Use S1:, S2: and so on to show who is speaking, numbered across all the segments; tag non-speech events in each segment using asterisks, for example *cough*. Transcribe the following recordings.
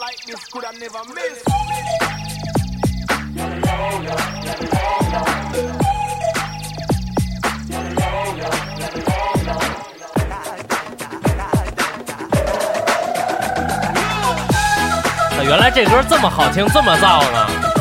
S1: like this could I never miss.
S2: 啊原来这歌这么好听，这么燥呢。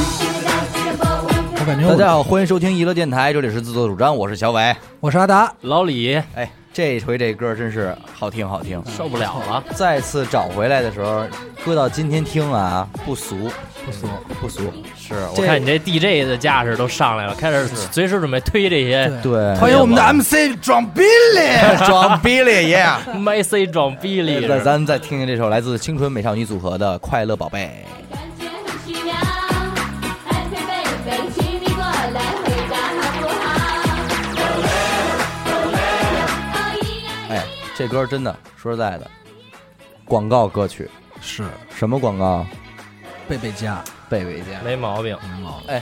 S3: 我感觉
S4: 大家
S3: 我
S4: 好，欢迎收听娱乐电台，这里是自作主张，我是小伟。
S3: 我是阿达，
S2: 老李
S4: 哎，这回这歌真是好听好听，
S3: 嗯
S2: 受不了了，
S4: 再次找回来的时候，搁到今天听啊，不俗，
S3: 不俗。
S4: 不俗。是我
S2: 我看你这 DJ 的架势都上来了，开始随时准备推这些
S4: 对，
S3: 欢迎我们的 MC 装逼
S4: *laughs*
S3: 嘞！
S4: 装逼了爷。
S2: 麦 C 装逼里。
S4: 那咱们再听听这首来自青春美少女组合的《快乐宝贝》。
S5: 感觉很奇妙，爱陪贝贝，请你过来回家好不好？
S4: 哎，这歌真的，说实在的，广告歌曲，
S3: 是
S4: 什么广告？
S3: 贝贝家，
S4: 贝贝姐，
S2: 没毛病，
S3: 嗯
S4: 哎，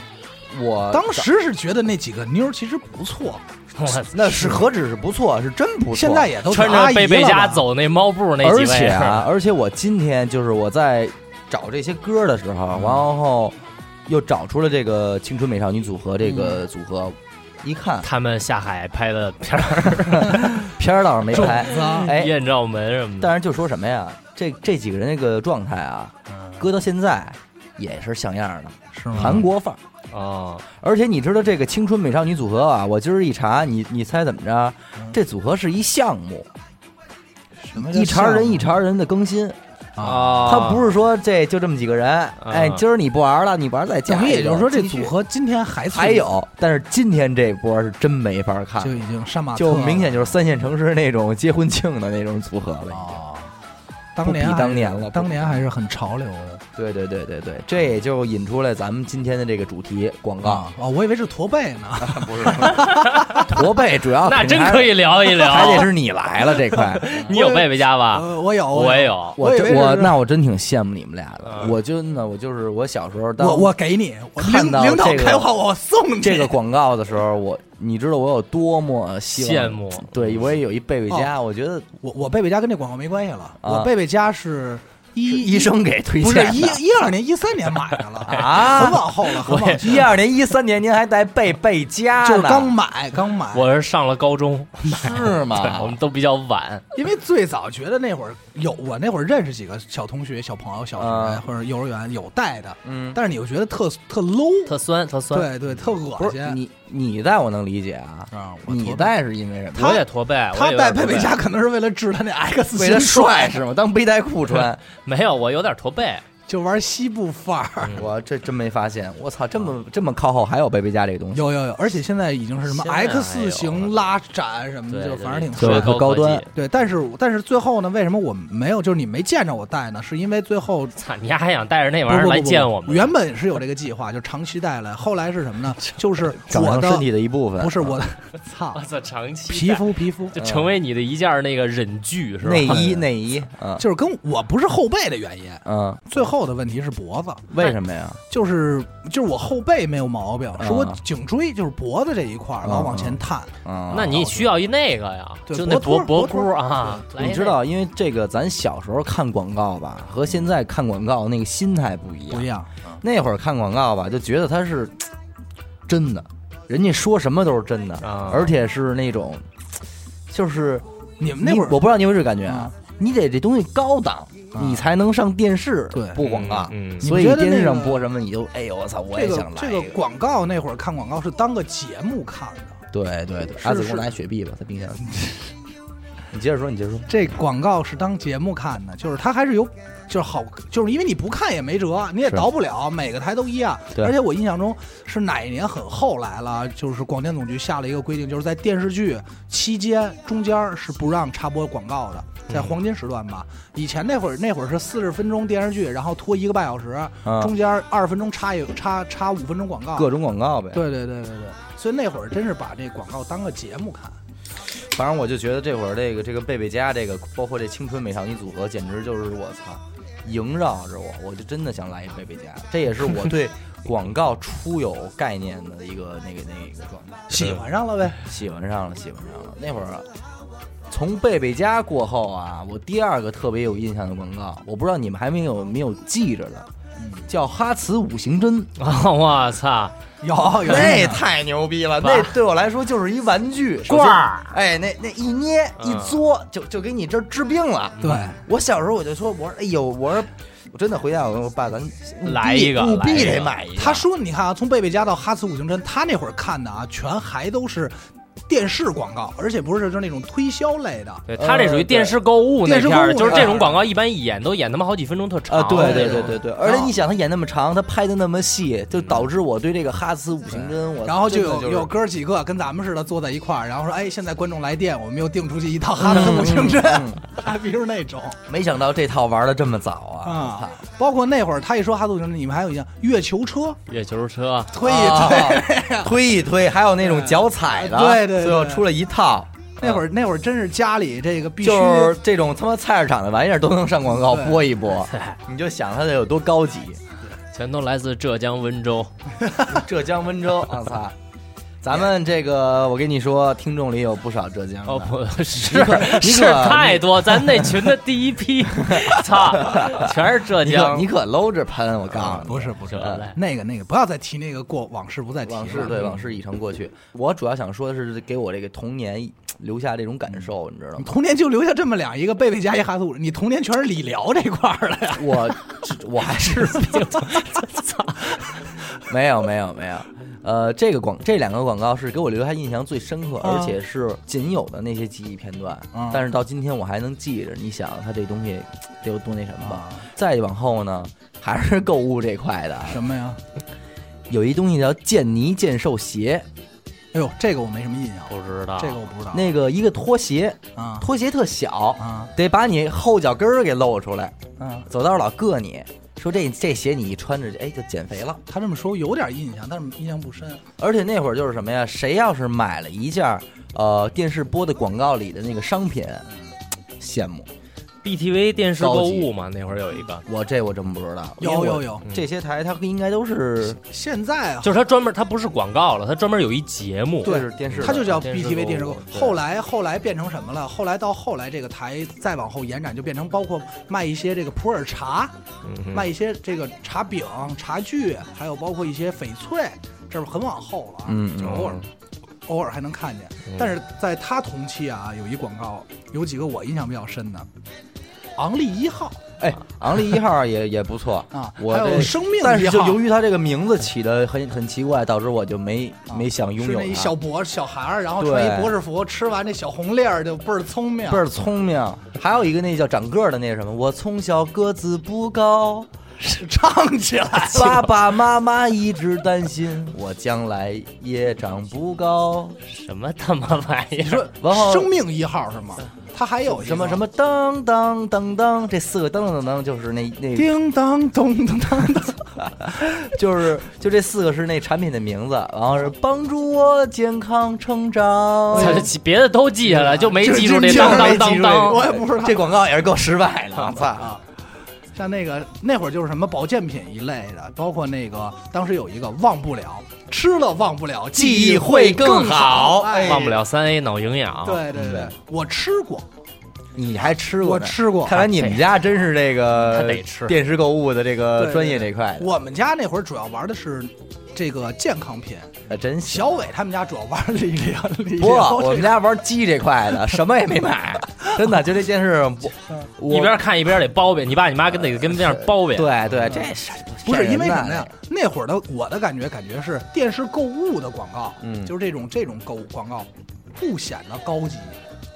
S4: 我
S3: 当时是觉得那几个妞儿其实不错，
S2: 我操
S4: 那是何止是不错，是真不错。
S3: 现在也都是
S2: 穿
S3: 阿
S2: 着
S3: 姨
S2: 贝贝
S3: 了
S2: 家
S3: 吧，
S2: 走那猫步那
S4: 而
S2: 几位
S4: 且，
S2: *laughs*
S4: 啊，而且我今天就是我在找这些歌的时候，
S2: 嗯
S4: 然后又找出了这个青春美少女组合这个组合，一看
S2: 嗯他们下海拍的片儿，
S4: 片儿倒是没拍，
S3: 啊
S4: 哎，
S2: *laughs* 艳照门什么的。
S4: 但是就说什么呀，这这几个人那个状态啊，搁到现在也是像样的，
S3: 是吗？
S2: 嗯
S4: 韩国范儿。
S2: 哦，
S4: 而且你知道这个青春美少女组合啊，我今儿一查，你你猜怎么着？这组合是一项目，
S3: 什么叫
S4: 一茬儿人
S3: 像
S4: 一茬儿人的更新，
S3: 啊，
S4: 他不是说这就这么几个人，哎，今儿你不玩了，你玩再加
S3: 等于
S4: 一个。
S3: 也就是说这
S4: 继续
S3: 组合今天还
S4: 还有，但是今天这波是真没法看
S3: 就，已经上马特
S4: 就啊
S3: 了
S4: 明显就是三线城市那种结婚庆的那种组合了。
S3: 啊，
S4: 不
S3: 当
S4: 比
S3: 年还
S4: 当
S3: 是
S4: 年了不
S3: 当年还是很潮流的
S4: *laughs* 对对对对对，这也就引出来咱们今天的这个主题广告，
S3: 哦，我以为是驼背呢，
S4: *laughs* 不是驼背，主 *laughs* 要
S3: 啊
S2: 那真可
S4: 以
S2: 以聊一
S4: 还得
S2: 聊。
S4: 是你来了这 *laughs* 块。
S2: 你有贝贝家吧？
S3: 呃，我有，
S2: 我也
S3: 有，
S2: 有。
S4: 我
S3: 我以
S4: 真
S3: 为
S4: 我
S3: 是
S4: 那我真挺羡慕你们俩的，
S2: 嗯
S4: 我真的我就是啊我小时候当
S3: 我我给你，我
S4: 看
S3: 领
S4: 到
S3: 领导
S4: 这个
S3: 开话我送 *laughs* 你
S4: 这个广告的时候，我你知道我有多么希望
S2: 羡慕
S4: 对我也有一贝贝家，我觉得
S3: 我我贝贝家跟这广告没关系了，
S4: 啊
S3: 我贝贝家是一
S4: 医生给推
S3: 不是
S4: 荐的 *laughs*
S3: 一一二年一三年买的了
S4: 啊
S3: 很往后了，很 *laughs* 往
S4: 一二年、一三年，您还带贝贝家呢，
S3: 就是刚买刚买，
S2: 我是上了高中，
S4: 是
S3: 啊
S2: *laughs* 对，我
S4: 吗
S2: 们？都比较晚。
S3: 因为最早觉得那会儿有我那会儿认识几个小同学、小朋友、小学、
S4: 啊
S3: 或者幼儿园有带的，
S4: 嗯，
S3: 但是你又觉得特特 low，
S2: 特酸，特酸。
S3: 对对，特恶
S4: 不是
S3: 心。
S4: 你，你带我能理解啊，
S3: 啊，我
S4: 你
S3: 特
S4: 带是因为什么？
S2: 我也驼背，我
S3: 他
S2: 也有
S3: 带
S2: 点
S3: 贝
S2: 驼
S3: 贝家可能是为了治他那 X
S4: *laughs* 为了
S3: 型
S4: 帅是吗？当背带裤穿，
S2: 没有，我有点驼背。
S3: 就玩西部范儿。 *laughs*
S4: 我这真没发现，我操，这么这么靠后还有贝贝家这个东西，
S3: 有有有，而且现在已经是什么
S2: 现在还有
S3: X 型拉展什么
S2: 对，
S3: 嗯的，就反正挺
S4: 对
S3: 帅
S4: 对
S3: 的
S4: 对。特高端
S2: 科技。
S3: 对，但是但是最后呢，为什么我没有？就是你没见着我带呢，是因为最后
S2: 操，你丫还想带着那
S3: 不
S2: 玩意儿
S3: 不不
S2: 来
S3: 不
S2: 见我们？
S3: 原本是有这个计划，就长期带来。后来是什么呢？就是
S4: 长
S3: 我
S4: 成身体
S3: 的
S4: 的一啊部分，
S3: 不是我的， *laughs* 操
S6: 啊
S2: 我，操，长期
S3: 皮
S2: 戴
S3: 肤皮肤
S2: 就成为你的一件那个忍具是吧？
S4: 内衣内衣，嗯
S3: 就是跟我不是后背的原因。
S4: 嗯，
S3: 最后的问题是脖子，
S4: 为什么呀？
S3: 就是就是我后背没有毛病，是我
S4: 啊
S3: 颈椎就是脖子这一块儿老往前探。
S4: 嗯，
S2: *laughs* 那你需要一那个呀，
S3: 对
S2: 就那脖
S3: 脖托
S2: 脖
S3: 脖托
S2: 箍啊，来一
S4: 你知道，因为这个咱小时候看广告吧，和现在看广告那个心态不一样，
S3: 不一样，
S4: 那会儿看广告吧，就觉得它是真的，人家说什么都是真的，
S2: 啊
S4: 而且是那种，就是
S3: 你们那会儿啊
S4: 你我不知道你有没有这感觉啊，你得这东西高档，你才能上电视
S3: 对
S4: 播广告，
S2: 嗯嗯
S4: 所以
S3: 你觉得那
S4: 电
S3: 个
S4: 视上播什么你就哎呦我操，我
S3: 这
S4: 也
S3: 个
S4: 想来
S3: 这
S4: 一
S3: 个广告那会儿看广告是当个节目看的。
S4: 对对对，
S3: 是
S4: 阿紫给
S3: 是
S4: 我拿一雪碧吧，在冰
S3: *laughs*
S4: 箱里。你接着说，你接着说，
S3: 这广告是当节目看的，就是它还是有，就是好，就是因为你不看也没辙，你也
S4: 是
S3: 倒不了，每个台都一样。
S4: 对
S3: 而且我印象中是哪一年很后来了，就是广电总局下了一个规定，就是在电视剧期间中间是不让插播广告的，
S4: 嗯
S3: 在黄金时段吧。以前那会儿那会儿是四十分钟电视剧，然后拖一个半小时，
S4: 啊
S3: 中间二十分钟插一插插五分钟广告。
S4: 各种广告呗。
S3: 对对对对对，所以那会儿真是把这广告当个节目看。
S4: 反正我就觉得这会儿这个这个贝贝家这个，包括这青春美少女组合，简直就是我操，萦绕着我，我就真的想来一杯贝佳，这也是我对广告初有概念的一个那个那个状态。
S3: 喜欢上了呗。
S4: 喜欢上了，喜欢上了。那会儿啊从贝贝家过后啊，我第二个特别有印象的广告，我不知道你们还没有没有记着的，叫哈茨五行针，
S2: *laughs* 我操，
S3: 有有
S4: 嗯那太牛逼了，
S2: 吧
S4: 那对我来说就是一玩具
S2: 罐儿，
S4: 首先哎，那那一捏
S2: 嗯
S4: 一嘬就就给你这儿治病了。
S3: 啊对，
S4: 我小时候我就说，我说哎呦，我说我真的回家我跟我爸咱嗯务必
S2: 来一个
S4: 务
S2: 来
S4: 必
S2: 一
S4: 得
S2: 个
S4: 买一个。
S3: 他说：“你看啊，从贝贝家到哈茨五行针，他那会儿看的啊，全还都是电视广告，而且不是就是那种推销类的。
S2: 对他这属于
S4: 呃
S2: 电视购物那
S3: 电视
S2: 片儿，
S3: 购物
S2: 就是这
S3: 那
S2: 种
S3: 片儿
S2: 广告一般一演都演他妈好几分钟特长
S3: 哦
S4: 啊，
S2: 那种。
S4: 对对对对对，而且
S3: 啊
S4: 你想，他演那么长，他拍的那么细，就导致我对这个哈斯五行针，我
S3: 啊然后
S4: 真
S3: 就
S4: 的
S3: 有
S4: 就
S3: 有
S4: 是
S3: 哥儿几个跟咱们似的坐在一块儿，然后说：‘哎，现在观众来电，我们又订出去一套哈茨五
S4: 嗯
S3: 行针。还比如那种
S4: 没想到这套玩的这么早啊！
S3: 啊，包括那会儿他一说哈茨五行针，你们还有印象月球车
S2: 月球车，
S3: 推一
S4: 哦
S3: 推。
S4: 推推一推，还有那种脚踩的，
S3: 啊对对对
S4: 最后出了一套。
S3: 那会
S4: 儿
S3: 儿那会儿真是家里这个必须
S4: 就是这种他妈菜市场的玩意儿都能上广告
S3: 对
S4: 播一播，你就想它得有多高级。
S2: 全都来自浙江温州。
S4: 浙江温州，我操！咱们这个，我跟你说，听众里有不少浙江的。
S2: 哦，不
S4: *laughs* 你
S2: 是
S4: 可你可
S2: 是太多，咱那群的第一
S4: *laughs*
S2: 批，操，全是浙
S4: 你可
S2: 江。
S4: 你可搂着喷，我告诉你，
S3: 啊不是不是呃
S2: 扯淡
S3: 那个那个，不要再提那个过往事，不再提
S4: 往事
S3: 了
S4: 对往事已成过去。我主要想说的是，给我这个童年留下这种感受，你知道
S3: 你
S4: 吗？
S3: 童年就留下这么俩，一个贝贝加一哈苏，你童年全是理疗这块儿了呀？
S4: 我我
S3: *laughs*
S4: 还是 *laughs* 没有没有没有。呃，这个广这两个广告是给我留下印象最深刻，
S3: 啊
S4: 而且是仅有的那些记忆片段。
S3: 啊
S4: 但是到今天我还能记着。你想，它这东西得有多那什么吧？
S3: 嗯
S4: 再往后呢，还是购物这块的，
S3: *laughs* 什么呀？
S4: 有一东西叫健尼健瘦鞋，
S3: 哎呦，这个我没什么印象，
S2: 不知道
S3: 这个我不知道。
S4: 那个一个拖鞋，
S3: 啊
S4: 拖鞋特小，
S3: 啊
S4: 得把你后脚跟儿给露出来。
S3: 啊！
S4: 走道老硌你，说这这鞋你一穿着，哎，就减肥了。
S3: 他这么说有点印象，但是印象不深。
S4: 而且那会儿就是什么呀？谁要是买了一件儿，呃，电视播的广告里的那个商品，羡慕
S2: BTV 电视
S4: 高
S2: 购
S4: 级
S2: 物嘛，那会儿有一个，
S4: 我这我真不知道。
S3: 有有
S4: 有，
S3: 有，
S4: 这些台它应该都是
S3: 现在啊，
S2: 就是它专门，它不是广告了，它专门有一节目。
S4: 就
S3: 对
S4: 是电视的，
S3: 它就叫
S2: 电视
S3: BTV 电视
S2: 购
S3: 购
S2: 物
S3: 物。
S2: 对
S3: 后来后来变成什么了？后来到后来这个台再往后延展，就变成包括卖一些这个普洱茶，
S2: 嗯哼
S3: 卖一些这个茶饼、茶具，还有包括一些翡翠，这是很往后了啊，
S4: 嗯
S3: 就偶尔偶尔还能看见。但是在他同期啊，有一广告，有几个我印象比较深的，昂立一号
S4: 哎，昂立一号也也不错
S3: *laughs* 啊，
S4: 我
S3: 还有
S4: 这。
S3: 生命
S4: 但
S3: 一
S4: 是就
S3: 号，
S4: 由于它这个名字起的很很奇怪，导致我就没
S3: 啊
S4: 没想拥
S3: 是
S4: 有
S3: 那一
S4: 它
S3: 小博小孩儿，然后
S4: 对
S3: 穿一博士服，吃完这小红粒儿就倍儿聪明，
S4: 倍儿聪明。还有一个那叫长个儿的那什么，我从小个子
S3: *laughs*
S4: 不高，。
S3: 唱起来
S4: 爸爸妈妈一直担心我将来也长不高。
S2: 什么他妈玩意儿？
S4: 然后
S3: 生命一号是吗？他还有一个
S4: 什么什么当当当当，这四个当当当当就是那那，
S3: 叮当咚咚当当，
S4: 就是就这四个是那产品的名字，然后是帮助我健康成长。
S3: 哎
S2: 操这别的都记下来，就没记住这
S3: 就
S2: 当
S3: 就
S2: 当当当。
S3: *laughs* 我也不知道
S4: 这广告也是够失败的，我操！
S3: 啊。像那个那会儿就是什么保健品一类的，包括那个当时有一个忘不了，吃了忘不了，
S4: 记忆
S3: 忆
S4: 会更
S3: 更
S4: 好
S3: 哎
S2: 忘不了三 A 脑营养。
S3: 对对对
S4: 嗯，
S3: 我吃过，
S4: 你还吃过？
S3: 我吃过。哎
S4: 看来你们家真是这
S2: 他
S4: 个
S2: 得吃
S4: 电视购物的这
S3: 对
S4: 个
S3: 对
S4: 专业这块的，
S3: 我们家那会儿主要玩的是这个健康品，
S4: 哎真行。
S3: 小伟他们家主要玩的理疗理
S4: 不，
S3: 疗这
S4: 我们家玩鸡这块的，什么也
S3: *laughs*
S4: 没买，真的就这件事，不，
S3: 嗯
S4: 我
S2: 一边看一边得包庇，你爸你妈跟得跟边上包庇。
S4: 对对，这是
S3: 嗯不是
S4: 骗人
S3: 因为
S4: 的
S3: 什么呀？？那会儿的我的感觉，感觉是电视购物的广告，
S4: 嗯
S3: 就是这种这种购物广告，不显得高级，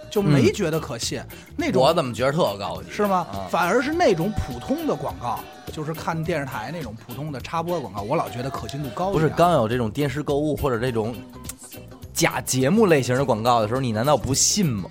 S3: 就没觉得可信。那
S4: 嗯我
S3: 种
S4: 怎么觉得特高级？
S3: 是吗、
S4: 啊
S3: 反而是那种普通的广告，就是看电视台那种普通的插播广告，我老觉得可信度高一点。
S4: 不是刚有这种电视购物或者这种假节目类型的广告的时候，你难道不信吗？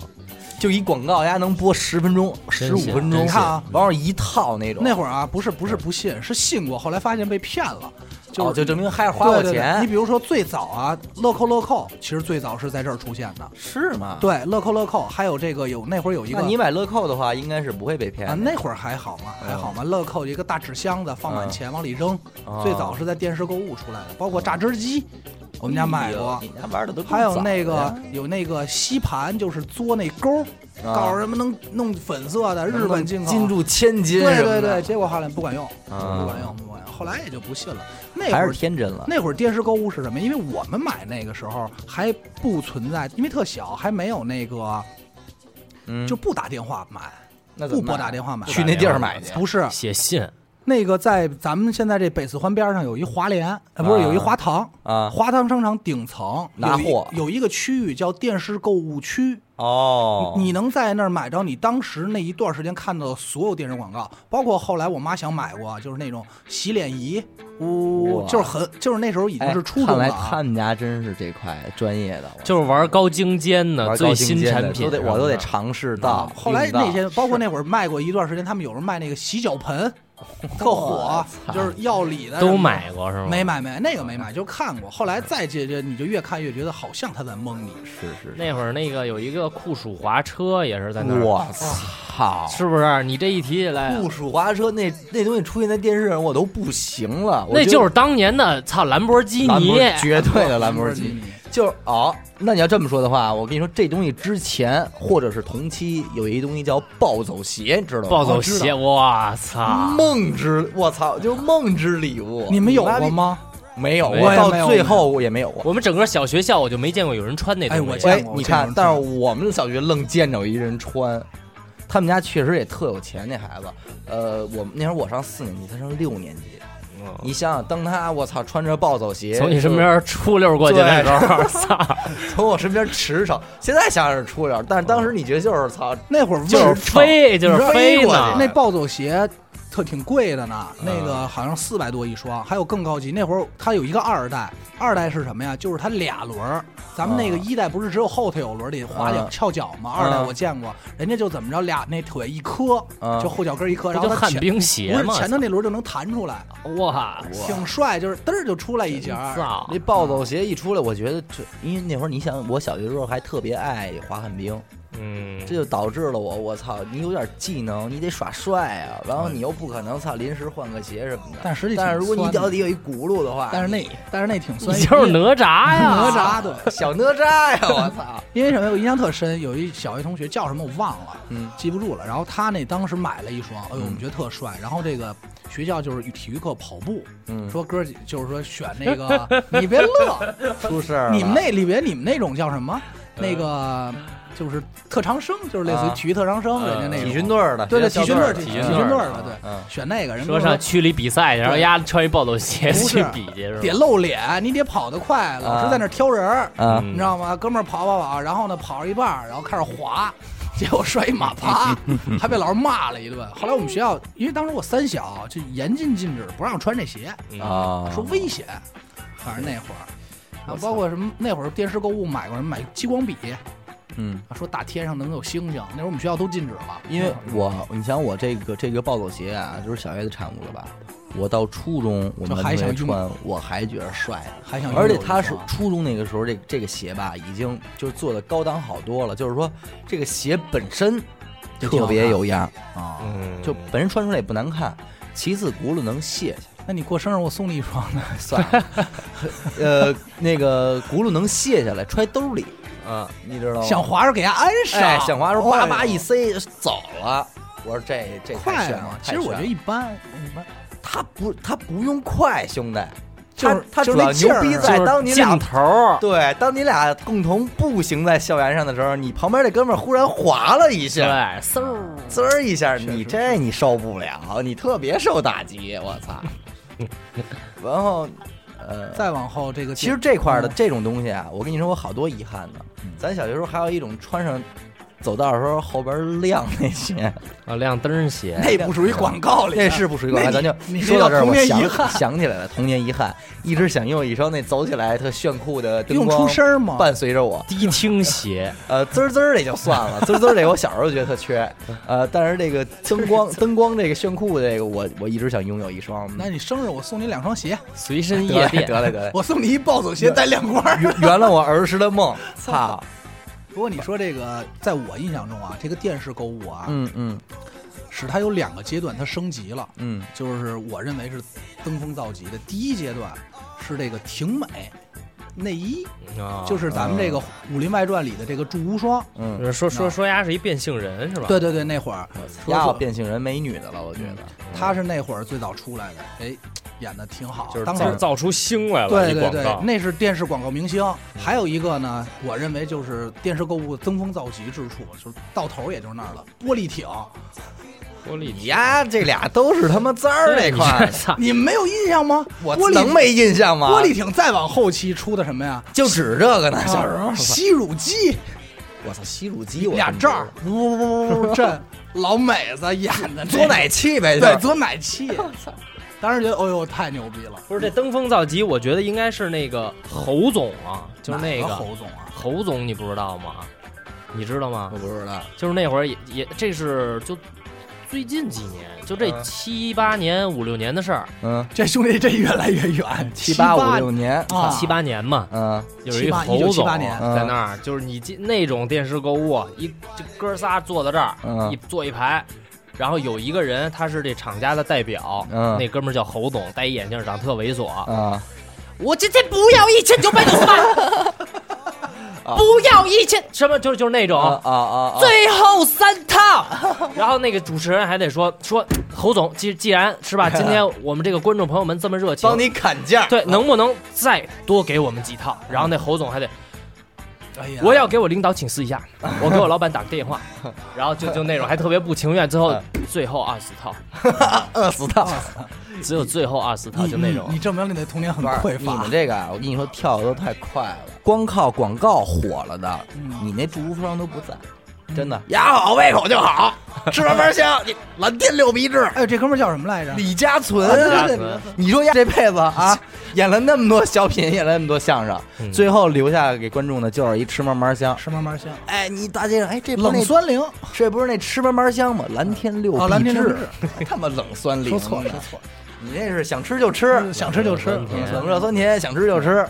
S4: 就一广告，大家能播十分钟、
S2: 真
S4: 十五
S2: 行真
S4: 分钟，
S3: 行看啊
S4: 往上一套那种，
S3: 那
S4: 儿
S3: 会儿啊，不是不是不信，是信过，后来发现被骗了，
S4: 就、
S3: 就
S4: 哦就是证明还是花
S3: 对
S4: 我
S3: 对对
S4: 钱，
S3: 你比如说最早啊，乐扣乐扣，其实最早是在这儿出现的。
S4: 是吗？，
S3: 对，乐扣乐扣，还有这个有那会儿有一
S4: 那
S3: 个
S4: 你买乐扣的话，应该是不会被骗的。
S3: 啊，那会儿还好嘛，
S4: 哎
S3: 还好嘛。乐扣一个大纸箱子，
S4: 嗯
S3: 放满钱往里扔。
S4: 啊
S3: 最早是在电视购物出来的，包括榨汁机，我们家买过
S4: 哎呦。你家玩的都够
S3: 还有
S4: 早
S3: 那个
S4: 的
S3: 有那个吸盘，就是嘬那钩儿，
S4: 啊
S3: 告诉什么能弄粉色的，
S4: 能
S3: 日
S4: 不
S3: 本
S4: 能
S3: 进口，
S4: 金铸千金，
S3: 对对对，，结果后来不管用，
S4: 啊
S3: 不管用，不管用。后来也就不信了。那会
S4: 还
S3: 儿
S4: 是天真了。
S3: 那会儿电视购物是什么？因为我们买那个时候还不存在，因为特小，还没有那个
S4: 嗯
S3: 就不打电话买，
S4: 那怎
S3: 不
S4: 么
S3: 拨
S4: 办
S3: 打电话买。
S4: 去那地儿买去，啊
S3: 不是
S2: 写信，
S3: 那个在咱们现在这北四环边上有一华联，呃不是
S4: 啊
S3: 有一华堂
S4: 啊
S3: 华堂商场顶层
S4: 拿
S3: 有一
S4: 货
S3: 有一个区域叫电视购物区。
S4: 哦，
S3: 你能在那儿买着你当时那一段时间看到的所有电视广告，包括后来我妈想买过，就是那种洗脸仪，呜，
S4: 哇
S3: 就是很，就是那时候已经
S4: 哎
S3: 是初中
S4: 看来
S3: 了、啊
S4: 他们家真是这块专业的，我
S2: 就是玩高精尖的
S4: 玩
S2: 最
S4: 高精
S2: 新
S4: 尖的
S2: 产品什
S4: 都得
S2: 么的，
S4: 我都得尝试到
S3: 啊。后来
S4: 用到
S3: 那些，包括那会儿卖过一段时间，他们有人卖那个洗脚
S4: *laughs*
S3: 盆，特火，就是药理的
S2: 都。买过是吗？
S3: 没。买没那个没买，就看过。后来再接着，你就越看越觉得好像他在蒙你。
S4: 是是是，
S2: 那会儿那个有一个酷暑滑车也是在那儿，
S4: 我操！
S2: 是不是？你这一提起来，
S4: 酷暑滑车那那东西出现在电视上，我都不行了。我
S2: 那
S4: 觉得
S2: 就是当年的操兰博基
S4: 兰博
S2: 尼，
S4: 绝对的兰博
S3: 博
S4: 基
S3: 基
S4: 尼
S3: *laughs* 尼。
S4: 就是哦，那你要这么说的话，我跟你说，这东西之前或者是同期有一东西叫暴走鞋，你知道吗？
S2: 暴走
S4: 我知道嗯
S2: 鞋，我
S6: 啊
S2: 操！
S4: 梦之，我操，就是梦之礼物。
S3: 你们有
S4: 妈
S3: 过
S4: 逼？
S3: 吗？
S4: 没有，
S2: 没
S4: 我
S3: 有
S4: 到
S3: 没有
S4: 最后我也没有过。
S2: 我们整个小学校我就没见过有人穿那
S3: 哎
S2: 东
S3: 我
S2: 西。
S3: 见
S4: 哎
S3: 过，
S4: 你
S3: 见过
S4: 看，但是我们小学愣见着一人穿，他们家确实也特有钱，那孩子。呃，我们那时候我上四年级，他上六年级。
S2: 嗯
S4: 你想想，当他我操穿着暴走鞋
S2: 从你身边出溜过去的时候，操！
S4: 从我身边驰骋，现在想想是出溜儿，但是当时你觉得就是操，
S3: 那会
S2: *laughs*
S3: 儿
S2: 就是
S3: 问
S2: 飞，就是飞嗯呢。
S3: 那暴走鞋特挺贵的呢，那个好像四百多一双，还有更高级。那会儿它有一个二代，二代是什么呀？就是它俩轮儿。咱们那个
S4: 啊
S3: 一代不是只有后腿有轮儿得滑
S4: 啊
S2: 嗯
S3: 脚翘脚吗？二代我见过，人家就怎么着俩那腿一磕
S4: 啊，
S3: 就后脚跟一磕，
S2: 不嗯
S3: 然
S2: 就
S3: 后它
S2: 旱
S3: 前
S2: 冰
S3: 不
S2: 鞋
S3: 是
S2: 吗？
S3: 前头那轮儿就能弹出来，
S2: 哇，
S3: 挺帅，就是嘚儿就出来一截儿。
S2: 操！
S4: 那暴走鞋一出来，我觉得这，因为那会儿你想，我小学的时候还特别爱滑旱冰，
S2: 嗯
S4: 这，就导致了我，我操，你有点技能，你得耍帅啊，然后你又不可能操临时换个鞋什么的。
S3: 但实际挺
S4: 但是如果你
S3: 酸的
S4: 脚底有一轱辘的话，
S3: 但是那但是那挺酸，
S2: 你就是哪吒呀！
S3: 哪吒对。
S4: 你小哪吒呀，我操！
S3: 因为什么？我印象特深，有一小学同学叫什么我忘了，
S4: 嗯
S3: 记不住了。然后他那当时买了一双，哎呦，我们觉得特帅。然后这个学校就是体育课跑步，
S4: 嗯
S3: 说哥儿几就是说选那个，你别乐，
S4: 出事儿了
S3: 你们那里边你们那种叫什么？那个就是特长生，就是类似于
S4: 啊
S3: 体育特长生，人家那种
S4: 体训队儿的，
S3: 对对，
S4: 学校
S3: 体训队儿
S4: 校
S3: 体
S4: 队
S3: 训
S4: 儿
S3: 队
S4: 队
S3: 儿
S4: 儿
S3: 的，对，
S4: 嗯，
S3: 选那个人
S2: 说
S3: 们
S2: 上区里比赛去，然后丫穿一暴走鞋
S3: 不是
S2: 去比去
S3: 得
S2: 是吧？
S3: 露脸，你得跑得快，老
S4: 啊
S3: 师在那儿挑人儿。
S4: 啊，
S2: 嗯
S3: 你知道吗？哥们儿跑跑跑，然后呢跑到一半儿，然后开始滑， *laughs* 结果摔一马
S4: *laughs*
S3: 趴，还被老师骂了一顿。后来我们学校，因为当时我三小就严禁禁止不让穿这鞋，
S2: 嗯
S4: 啊，
S3: 说危险。反正那会儿，啊，包括什么那会儿电视购物买过什么买激光笔，
S4: 嗯。
S3: 啊说打天上能有星星，那会儿我们学校都禁止了。
S4: 因为我，你想我这个这个暴走鞋啊，就是小学的产物了吧？我到初中，我
S3: 就
S4: 们
S3: 还
S4: 同学
S3: 想
S4: 穿，我还觉得帅。
S3: 还想拥有
S4: 而
S3: 一双，
S4: 且他是初中那个时候，这这个鞋吧，已经就是做的高档好多了。就是说，这个鞋本身
S3: 就挺好
S4: 特别有样啊，
S2: 嗯
S4: 就本身穿出来也不难看。其次，轱辘能卸下，
S3: 那你过生日我送你一双呢，
S4: 算了。 *laughs* 呃，那个轱辘能卸下来，揣兜里啊，你知道吗？
S3: 想滑着给它安上，
S4: 哎，想滑时候叭叭
S3: 哎呦
S4: 一塞走了。我说这这太
S3: 快
S4: 炫
S3: 嘛
S4: 了。，
S3: 其实我
S4: 太
S3: 觉
S4: 炫了
S3: 得一般一般。
S4: 他不，他不用快，兄弟，
S3: 就是
S4: 他他
S3: 就
S4: 主
S3: 是
S4: 要
S3: 那劲
S4: 牛
S3: 儿
S4: 逼在
S2: 就
S4: 当你
S2: 是
S4: 俩
S2: 劲头儿，
S4: 对，当你俩共同步行在校园上的时候，你旁边这哥们儿忽然滑了
S2: 对，
S4: 一下，
S2: 嗖儿，
S4: 滋儿一下，
S3: 确实
S4: 你这你受不了，你特别受打击，我操。
S3: *laughs*
S4: 然后，呃，
S3: 再往后这个
S4: 其实这块儿的
S3: 嗯
S4: 这种东西啊，我跟你说，我好多遗憾呢。咱小学时候还有一种穿上走道的时候后边亮那
S3: *laughs*
S4: 些，
S6: 啊，亮灯鞋，
S3: 那不属于广告里的，
S4: 那是不属于广告。
S3: 那
S4: 咱
S3: 你
S4: 就
S3: 你
S4: 说到这
S3: 叫
S4: 儿，
S3: 童
S4: 我
S3: 年
S4: 想
S3: 遗憾
S4: 想起来了，童年遗憾，一直想用一双那走起来特炫酷的灯
S3: 用
S4: 光
S3: 出声儿啊吗？
S4: 伴随着我。
S6: 低听鞋，
S4: 呃，滋儿滋儿的就
S3: *laughs*
S4: 算了，滋儿滋儿的我小时候就觉得特缺，呃，但是这个灯光
S3: *laughs*
S4: 灯光这个炫酷这个，我我一直想拥有一双。
S3: 那你生日我送你两双鞋，
S6: 随身
S4: 得
S6: 夜
S4: 嘞
S6: 店，
S4: 得嘞得嘞， *laughs*
S3: 我送你一暴走鞋带亮光儿。
S4: 圆圆了我儿时的梦。操，
S3: 不过你说这个，在我印象中啊，这个电视购物啊，
S4: 嗯嗯
S3: 使它有两个阶段，它升级了，
S4: 嗯，
S3: 就是我认为是登峰造极的。第一阶段是这个婷美内衣，
S6: 啊
S3: 就是咱们这个《武林外传》里的这个祝无双。
S4: 嗯，
S6: 呃说说说丫是一变性人是吧？
S3: 对对对，那会儿说
S4: 要
S3: 说
S4: 变性人美女的了，我觉得。
S3: 他是那会儿最早出来的，哎，演的挺好。
S6: 就是
S3: 当
S6: 造
S3: 时
S6: 造出星啊来了，
S3: 对
S6: 一
S3: 对
S6: 广
S3: 对，
S6: 告
S3: 那是电视广告明星。还有一个呢，我认为就是电视购物登峰造极之处，就是到头也就是那儿了。玻璃艇，
S6: 玻璃
S4: 你呀，这俩都是他妈滋儿
S6: 对
S4: 那块
S6: 你这
S4: 儿，
S6: 操，
S3: 你们没有印象吗？
S4: 我
S3: 玻璃
S4: 能没印象啊吗？
S3: 玻璃啊艇再往后期出的什么呀？
S4: 就指这个呢，小时候。
S3: 吸乳机
S4: 我操，吸乳机我
S3: 俩罩儿，呜呜呜呜震，老美子演的那个
S4: *laughs* 嘬奶器呗，
S3: 对
S4: 就是
S3: 嘬奶
S4: *laughs*
S3: 器，当时觉得哦呦太牛逼了，
S6: 不是这登峰造极，我觉得应该是那个侯总啊，就是那
S3: 哪
S6: 个
S3: 侯总啊，
S6: 侯总，你不知道吗？你知道吗
S4: 我？不知道。
S6: 就是那会儿也也，这是就最近几年，就这
S4: 嗯
S6: 七八年、五六年的事儿，
S4: 嗯，
S3: 这兄弟这越来越远，
S4: 七
S3: 八
S4: 八五六年，
S3: 啊，
S6: 七八年嘛，
S4: 嗯，
S6: 有一
S3: 七八
S6: 侯总
S3: 1978年
S6: 在那儿，就是你进那种电视购物，一这哥仨坐在这
S3: 啊
S6: 儿，
S4: 嗯
S6: 一坐一排，然后有一个人他是这厂家的代表，
S3: 啊
S4: 嗯
S6: 那哥们儿叫侯总，戴一眼镜，长得特猥琐，
S4: 啊，
S6: 我今天不要一千九百九十 *laughs* 八，不要一千啊什么就就是那种。
S4: 啊啊啊！
S6: 哦最后三套， *laughs* 然后那个主持人还得说说侯总，既既然是吧，今天我们这个观众朋友们这么热情，
S4: 帮你砍价，
S6: 对，能不能再多给我们几套？然后那侯总还得，
S3: 哎呀，
S6: 我要给我领导请示一下，
S4: 啊
S6: 我给我老板打个电
S4: *laughs*
S6: 话，然后就就那种还特别不情愿，最
S4: 啊
S6: 后最后二十套，
S4: 饿死他。
S6: 只有最后二十套
S4: 啊
S3: 你
S6: 就那
S3: 你
S6: 种
S3: 你，证明你的童年很匮
S4: 你
S3: 乏
S4: 们，这个啊，我跟你说跳的都太快了，光靠广告火了的，
S3: 嗯
S4: 你那祝福商都不在，真的。牙好胃口就好，吃嘛嘛香。你蓝天六必治，
S3: 哎，这哥们儿叫什么来着？
S4: *laughs* 李嘉存
S6: 家
S4: 啊，
S6: 存
S4: 你说呀，这辈子 *laughs* 啊，演了那么多小品，演了那么多相声，
S6: 嗯
S4: 最后留下给观众的就是一吃嘛嘛香。
S3: 吃嘛嘛香，
S4: 哎，你大街上，哎，这不是
S3: 冷
S4: 那
S3: 酸灵，
S4: 这不是那吃嘛嘛香吗？蓝天六
S3: 哦蓝天六必治
S4: 治， *laughs* 他妈冷酸灵，
S3: 说错了，说错了，
S4: 你那是想吃就吃，
S3: 想吃就吃，
S6: 冷酸甜
S4: 冷热酸甜，想吃就吃。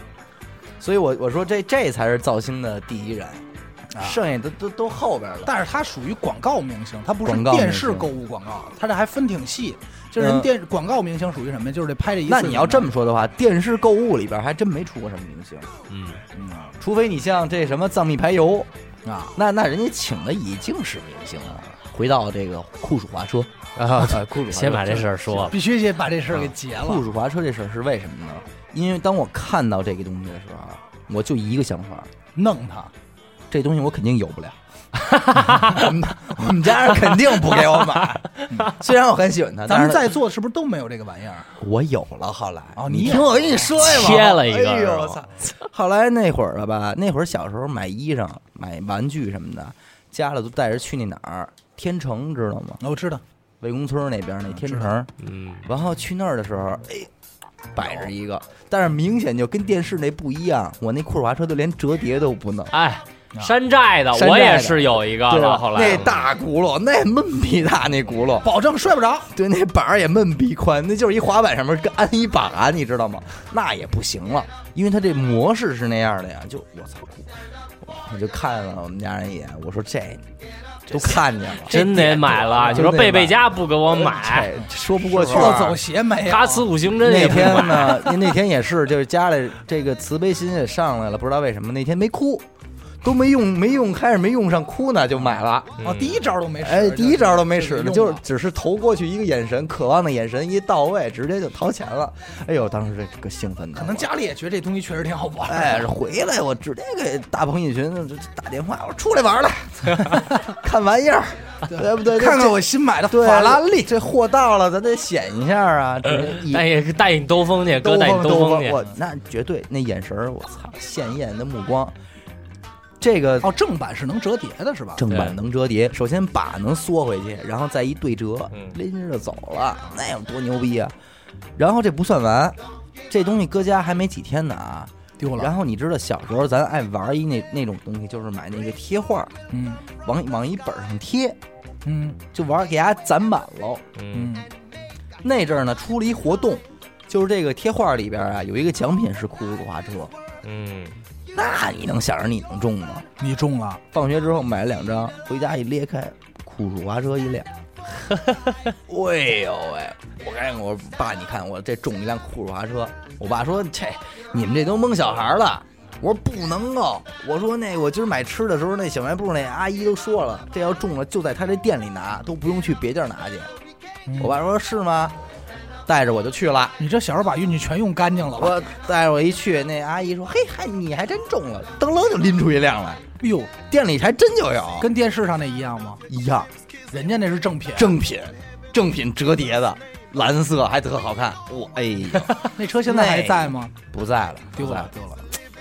S4: 所以我我说这这才是造星的第一人，
S3: 啊
S4: 剩下的都都后边了。
S3: 但是他属于广告明星，他不是
S4: 广告明星
S3: 电视购物广告，他这还分挺细。就是
S4: 嗯
S3: 人电、广告明星属于什么呀？就是这拍这一次。
S4: 那你要这么，说的话，电视购物里边还真没出过什么明星，
S6: 嗯，
S4: 嗯，除非你像这什么藏秘排油，
S3: 啊，
S4: 那那人家请的已经是明星了。回到这个酷暑滑车 *laughs*
S6: 啊，
S4: 呃酷暑滑车
S6: 先把这事儿说了，
S3: 必须得把这事儿给结了。
S4: 啊酷暑滑车这事儿是为什么呢？因为当我看到这个东西的时候啊，我就一个想法，
S3: 弄他，
S4: 这东西我肯定有不 *laughs* 了。我们我们家人肯定不给我买，嗯虽然我很喜欢它，
S3: *laughs* 咱
S4: 但
S3: 们
S4: 是
S3: 在座是不是都没有这个玩意儿？
S4: 我有了。后来
S3: 哦你
S4: 你
S3: 有
S4: 听我跟你说呀，
S6: 切了一个
S4: 哎
S6: 是
S4: 呦
S6: 吧
S4: 我操！后来那会儿了吧，那会儿小时候买衣裳、买玩具什么的，家里都带着去那哪儿，天成知道吗？
S3: 嗯我知道，
S4: 魏公村那边那天
S3: 知
S4: 成，
S6: 嗯，
S4: 然后去那儿的时候，哎，摆着一个，但是明显就跟电视那不一样，我那酷儿滑车就连折叠都不能。
S6: 哎，山寨的
S4: 啊山寨的
S6: 我也是有一个
S4: 对
S6: 了，
S4: 吧？
S6: 后来
S4: 那大轱辘，那闷逼大那轱辘，
S3: 保证睡不着。
S4: 对，那板儿也闷逼宽，那就是一滑板上面跟安一把、你知道吗？那也不行了，因为它这模式是那样的呀。就我操，我就看了我们家人一眼，我说这都看见了，
S6: 真得买了，你
S4: 啊真
S6: 说
S4: 得
S6: 贝贝
S4: 买
S6: 家不给我买，
S4: 这说不过去。啊
S3: 暴走鞋没有，
S6: 哈茨五行针也
S4: 那
S6: 不
S4: 天
S6: *laughs* 买，
S4: 呢，那天也是，就是家里这个慈悲心也上来了，不知道为什么那天没哭，都没用，没用，开始没用上哭呢，就买了。
S3: 哦，第一招都没使，
S4: 哎，第一招都没使呢，就是
S3: 用了
S4: 只是投过去一个眼神，渴望的眼神一到位，直接就掏钱了。哎呦，当时这个兴奋的，
S3: 可能家里也觉得这东西确实挺好玩。
S4: 哎，回来我直接给大鹏一群就打电话，我说出来玩儿来， *laughs* 看玩意儿，对不对？
S3: 看看
S4: 这
S3: 我新买的
S4: 对
S3: 法拉利，
S4: 利，这货到了，咱得显一下啊，这一
S6: 带你带你兜风去，哥
S4: 兜
S6: 带你
S4: 风
S6: 兜
S4: 兜
S6: 风
S4: 风，
S6: 去，
S4: 我那绝对那眼神儿，我操，鲜艳的目光。这个
S3: 哦，正版是能折叠的，是吧？
S4: 正版
S2: 对
S4: 能折叠，首先把能缩回去，然后再一对折
S2: 嗯，
S4: 拎着就走了，那有多牛逼啊！然后这不算完，这东西搁家还没几天呢啊。
S3: 丢了。
S4: 然后你知道小时候咱爱玩一那那种东西，就是买那个贴画，
S3: 嗯
S4: 往往一本上贴，
S3: 嗯
S4: 就玩给它攒满喽。
S2: 嗯
S3: 嗯
S4: 那阵儿呢出了一活动，就是这个贴画里边啊有一个奖品是酷酷滑车，
S2: 嗯，
S4: 那你能想着你能中吗？
S3: 你中了，
S4: 放学之后买了两张，回家一裂开，酷暑滑车一辆。哎呦喂！我赶紧跟我爸，你看我这中一辆酷暑滑车。我爸说：“这你们这都蒙小孩儿了。”我说：“不能够。”我说：“那我今儿买吃的时候，那小卖部那阿姨都说了，这要中了就在他这店里拿，都不用去别地儿拿去。”我爸说：“是吗？”带着我就去了。
S3: 你这小时候把运气全用干净了。
S4: 我带着我一去，那阿姨说：“嘿，还你还真中了！”噔楞就拎出一辆来，
S3: 哟，
S4: 店里还真就有，
S3: 跟电视上那一样吗？
S4: 一样。
S3: 人家那是正品，
S4: 正品，正品折叠的，蓝色还特好看。我哎呦，
S3: *laughs* 那车现在还在吗？
S4: 不在了，
S3: 丢
S4: 不在
S3: 了
S4: 了，
S3: 丢了，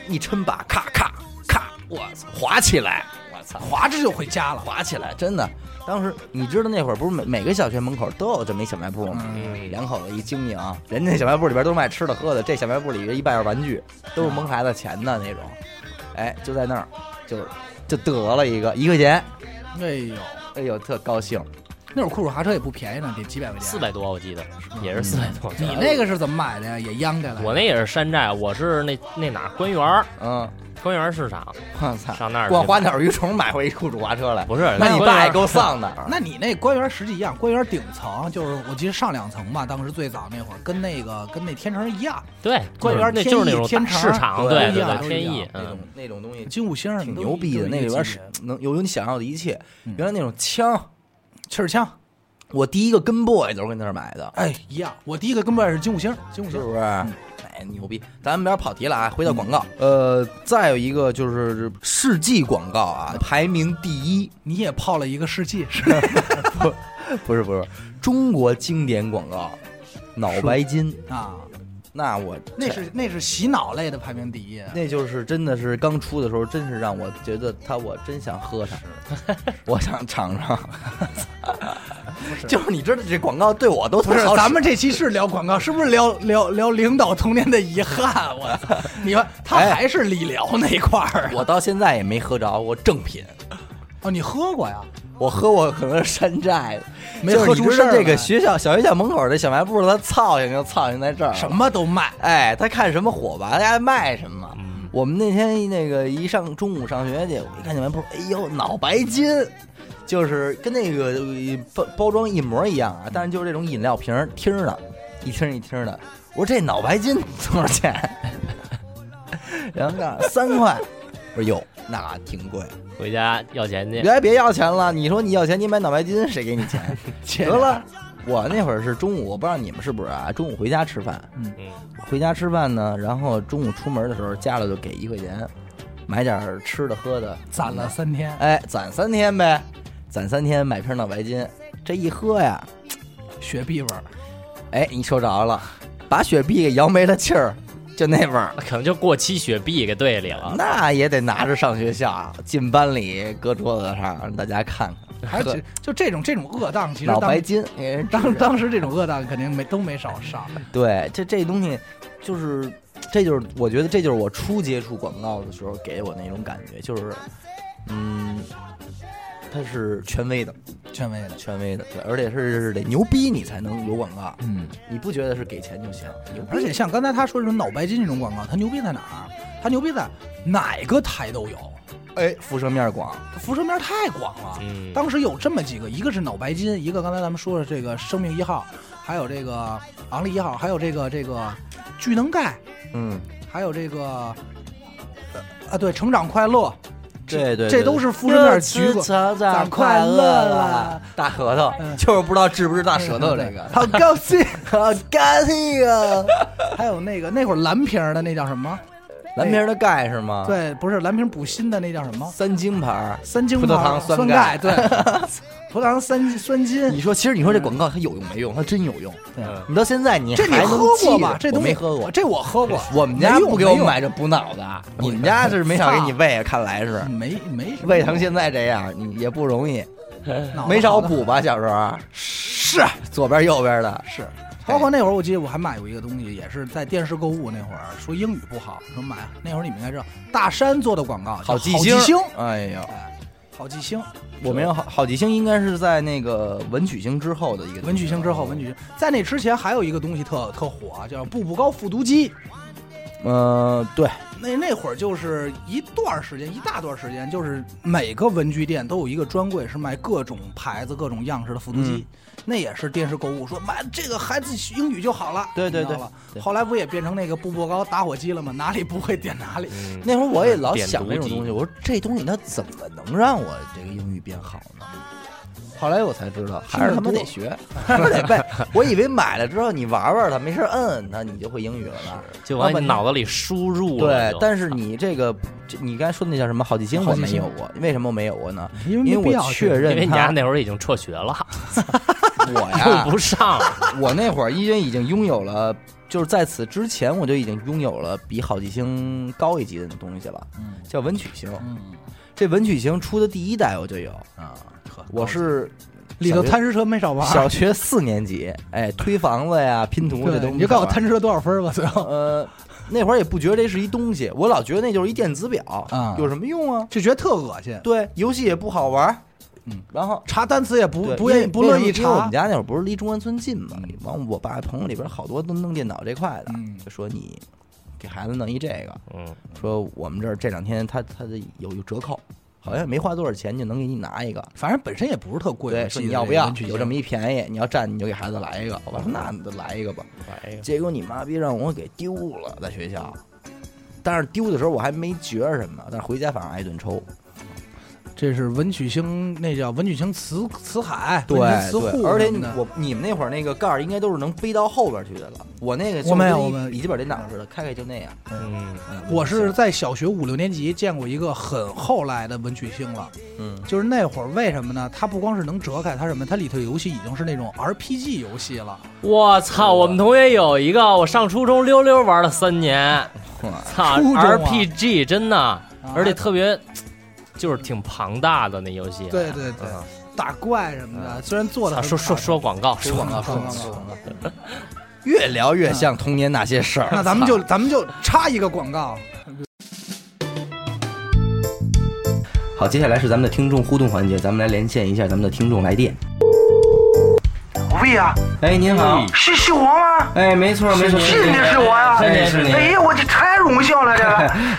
S4: 一抻把，咔咔咔，我操，滑起来，我操，
S3: 划着就回家了。
S4: 滑起来，真的。当时你知道那会儿不是每每个小学门口都有这么一小卖部吗？
S3: 嗯
S4: 两口子一经营，人家小卖部里边都卖吃的喝的，这小卖部里边一半是玩具，都是
S3: 嗯
S4: 蒙孩子钱的那种。哎，就在那儿，就就得了一个一块钱，
S3: 哎呦，
S4: 哎呦，特高兴。
S3: 那会儿酷暑滑车也不便宜呢，得几百块钱。
S2: 四。百多我记得
S4: 嗯
S2: 也是四百多。
S3: 你那个是怎么买的呀？也央开了。
S2: 我那也是山寨，我是那那哪官园儿
S4: 嗯，
S2: 官园儿市场
S4: 我操，
S2: 上那儿去
S4: 啊逛花鸟鱼虫买回一酷主滑车来，
S2: 不是啊
S4: 那
S2: 那
S4: 你
S2: 官
S4: 爸
S2: 员
S4: 也够 *laughs* 丧的。
S3: 那你那官员实际一样，官员顶层就是我记得上两层吧，当时最早那会儿跟那个跟那天成一样，
S2: 对
S3: 官员
S2: 那
S3: 天
S2: 就是那
S3: 意
S2: 种
S3: 天
S2: 大
S3: 成
S2: 市场，
S4: 对
S2: 对
S4: 都一
S2: 对
S4: 样
S2: 对，
S3: 都一
S2: 天
S3: 样
S2: 意，
S4: 那
S2: 嗯
S4: 种，那种东西
S3: 金五星
S4: 挺牛逼的，那里边是能有你想要的一切。
S3: 嗯
S4: 原来那种枪，
S3: 气儿枪，
S4: 我第一个跟 boy 都是跟那儿买的，
S3: 哎，一样。我第一个跟班是金五星，金五
S4: 是
S3: 星
S4: 不是？哎，牛逼！咱们有点跑题了啊，回到广告。呃，再有一个就是世纪广告啊，排名第一， *laughs*
S3: 你也泡了一个世纪，是
S4: 不是不是，中国经典广告，脑白金。
S3: 啊，
S4: 那我
S3: 那是那是洗脑类的排名第一。啊
S4: 那就是真的是刚出的时候，真是让我觉得它，我真想喝它， *laughs* 我想尝尝。 *laughs* 就是你知道这广告对我都
S3: 不是
S4: 特好，使
S3: 咱们这期是聊广告，是不是聊聊聊领导童年的遗憾？我操！ *laughs* 你看他
S4: 哎
S3: 还是理疗那一块儿啊
S4: 我到现在也没喝着我正品，
S3: 哦，你喝过呀？
S4: 我喝过可能是山寨的，
S3: 没
S4: 就是
S3: 喝
S4: 你
S3: 出
S4: 知
S3: 事
S4: 道
S3: 儿
S4: 这个
S3: 来
S4: 学校小学校门口的小卖部，它操性就操性在这儿了，
S3: 什么都卖，
S4: 哎，他看什么火吧，大家卖什么。我们那天那个一上中午上学去，我一看见完铺，哎呦，脑白金，就是跟那个呃包包装一模一样啊，但是就是这种饮料瓶儿听儿的，一听儿一听儿的。我说这脑白金多少钱？ *laughs* 然后告诉我三块。我说哟，那挺贵。
S2: 回家要钱去。
S4: 别别要钱了，你说你要钱，你买脑白金，谁给你钱？
S3: 切
S4: 得了，我那会儿是中午，我不知道你们是不是啊？中午回家吃饭，
S2: 嗯，
S4: 回家吃饭呢，然后中午出门的时候，家里就给一块钱，买点儿吃的喝的，
S3: 攒了三天。
S4: 哎，攒三天呗，攒三天买瓶脑白金，这一喝呀，
S3: 雪碧味儿，
S4: 哎，你说着了，把雪碧给摇没了气儿，就那味儿，
S2: 可能就过期雪碧给队里了。
S4: 那也得拿着上学校，进班里搁桌子上让大家看看，
S3: 还
S4: 喝
S3: 就就这种这种恶当，其实
S4: 脑
S3: 当
S4: 白金，给人
S3: 当
S4: 当当，
S3: 当时这种恶当肯定没都没少 *laughs* 上。
S4: 对，这这东西就是。这就是我觉得这就是我初接触广告的时候给我那种感觉，就是，嗯，它是权威的，
S3: 权威的，
S4: 权威的，对，而且是得牛逼你才能有广告，
S3: 嗯，
S4: 你不觉得是给钱就行？牛逼
S3: 而且像刚才他说这种脑白金这种广告，它牛逼在哪儿？它牛逼在哪个台都有，
S4: 哎，辐射面广，
S3: 它辐射面太广了。
S2: 嗯，
S3: 当时有这么几个，一个是脑白金，一个刚才咱们说的这个生命一号，还有这个昂立一号，还有这个这个聚能钙，
S4: 嗯，
S3: 还有这个呃啊对，成长快乐，
S4: 对对，
S3: 这都是辐射面橘子。
S4: 成长
S3: 快乐啦，
S4: 大核桃
S3: 嗯
S4: 就是不知道治不治大舌
S3: *laughs*
S4: 头这个， *laughs*
S3: 好高兴。
S4: 好干净啊！ *laughs*
S3: 还有那个那会儿蓝瓶儿的那叫什么？
S4: 蓝瓶儿的钙是吗？，
S3: 对，不是蓝瓶补锌的那叫什么？
S4: 三金牌儿，
S3: 哦三精
S4: 葡萄
S3: 嘛
S4: 糖
S3: 酸
S4: 酸
S3: 钙，
S4: 钙
S3: 对，
S4: *laughs*
S3: 葡萄糖三酸
S4: 你
S3: 锌。
S4: 说，其实你说这广告它有用没用？它真有用。
S3: 对
S2: 嗯
S4: 你到现在你
S3: 这你
S4: 还
S3: 喝
S4: 能记
S3: 过
S4: 得
S3: 吧？这
S4: 我
S3: 东西
S4: 没喝过。
S3: 这我喝过。
S4: 我们家
S3: 没用
S4: 不给我
S3: 没用
S4: 买这补脑的，你们家是没少给你喂，啊看来是
S3: 没没什么
S4: 喂成现在这样，你也不容易，
S3: 脑子
S4: 没
S3: 好
S4: 少
S3: 的
S4: 补吧？小时候
S3: 哦是
S4: 左边右边的，
S3: 是，包括那会儿，我记得我还买过一个东西，也是在电视购物那会儿，说英语不好，说买那会儿你们应该知道，大山做的广告叫
S4: 好
S3: 记
S4: 记星
S3: 星，。
S4: 哎呦，
S3: 哎好记星，
S4: 我没有好好记星，应该是在那个文曲星之后的一个
S3: 文曲星之后，文曲星在那之前还有一个东西特特火，啊叫步步高复读机。
S4: 呃，对，
S3: 那那会儿就是一段儿时间，一大段儿时间，就是每个文具店都有一个专柜是卖各种牌子、各种样式的复读
S4: 嗯
S3: 机。那也是电视购物，说买这个孩子英语就好了。
S4: 对对
S3: 你知道
S4: 对
S3: 吧
S4: 对
S3: 后来不也变成那个步步高打火机了吗？哪里不会点哪里。
S2: 嗯
S4: 那会儿我也老
S2: 点
S4: 想
S2: 读
S4: 这种
S2: 机
S4: 东西，我说这东西它怎么能让我这个英语变好呢？后来我才知道，还是他妈得学，还是得背。我以为买了之后你玩玩它，没事摁摁它，你就会英语了呢。
S2: 就往
S4: 老
S2: 你
S4: 板
S2: 脑子里输入了
S4: 对
S2: 就。，
S4: 但是你这个，这你刚才说的那叫什么好记星，
S3: 好
S4: 我
S3: 记
S4: 没
S3: 星
S4: 有过。为什么没有过呢？
S3: 因
S4: 因为我确
S2: *laughs* 因为
S4: 认
S2: 你家
S4: 它，
S2: 那会儿已经辍学了，
S4: 我
S2: *laughs*
S4: 呀
S2: 用不上了。
S4: 我那会儿因为已经拥有了，就是在此之前我就已经拥有了比好记星高一级的东西了，叫文曲星。
S3: 嗯
S4: 这文曲星出的第一代我就有，
S3: 啊，呵
S4: 我是
S3: 里头
S4: 小学
S3: 贪吃蛇没少玩儿。
S4: 小学四年级，哎，推房子呀、拼图这
S3: 对，
S4: 东西。
S3: 你就告诉我贪吃蛇多少分儿吧，最后
S4: 呃，那会儿也不觉得这是一东西，我老觉得那就是一电子表，
S3: 啊
S4: 有什么用啊？
S3: 就觉得特恶心，
S4: 对，游戏也不好玩儿，
S3: 嗯，
S4: 然后
S3: 查单词也不
S4: 对
S3: 不
S4: 因
S3: 愿
S4: 为
S3: 意不
S4: 因
S3: 乐
S4: 为
S3: 意
S4: 因为我
S3: 查
S4: 们。家那会儿不是离中关村近嘛
S3: 嗯，
S4: 完、我爸朋友里边好多都弄电脑这块的，
S3: 嗯
S4: 就说你给孩子弄一这个，
S2: 嗯，
S4: 说我们这儿这两天他他的有有折扣，好像没花多少钱就能给你拿一个。
S3: 反正本身也不是特贵，
S4: 对，
S3: 我
S4: 说
S3: 记
S4: 你
S3: 得
S4: 要
S3: 那
S4: 不要
S3: 文？曲
S4: 有
S3: 星
S4: 这么一便宜，你要占你就给孩子来一个。我说那你就来一个吧。结果你妈逼让我给丢了，在学校。但是丢的时候我还没觉着什么，但是回家反正挨一顿抽。
S3: 这是文曲星，那叫文曲星词词海，
S4: 对
S3: 文曲词
S4: 对
S3: 库，
S4: 而且
S3: 什么
S4: 你
S3: 的
S4: 我你们那会儿那个盖儿应该都是能背到后边去的了。我那个
S3: 我没有
S4: 就
S3: 我
S4: 跟
S3: 们
S4: 一笔记本电脑似的，开开就那样。
S2: 嗯，
S4: 嗯
S3: 我是在小学五六年级见过一个很后来的文曲星了，
S4: 嗯
S3: 就是那会儿为什么呢？它不光是能折开，它什么？它里头游戏已经是那种 RPG 游戏了，
S2: 我操！我们同学有一个，我上初中溜溜玩了三年，操
S3: 初中啊
S2: ！RPG 真的，而且特别，就是挺庞大的那游戏。
S3: 对对对
S2: 嗯
S3: 打怪什么的，虽然做
S2: 操
S3: 的
S2: 说说说广告，
S4: 嗯啊说广告，
S3: 说
S4: 说
S3: 广告
S4: 广告，
S3: 说
S4: 说
S3: 广
S4: 广告。 *laughs* 越聊
S3: 嗯
S4: 越像童年那
S3: *laughs*
S4: 些事儿。
S3: 那咱们就咱们就插一个广告，
S4: 好，接下来是咱们的听众互动环节，咱们来连线一下咱们的听众来电。
S7: 喂啊，
S4: 哎，您好，
S7: 是是我吗？
S4: 哎，没错没错，
S7: 是你是我呀、
S4: 哎是您。
S7: 哎呀，我这太荣幸了！这
S4: *laughs*
S7: 个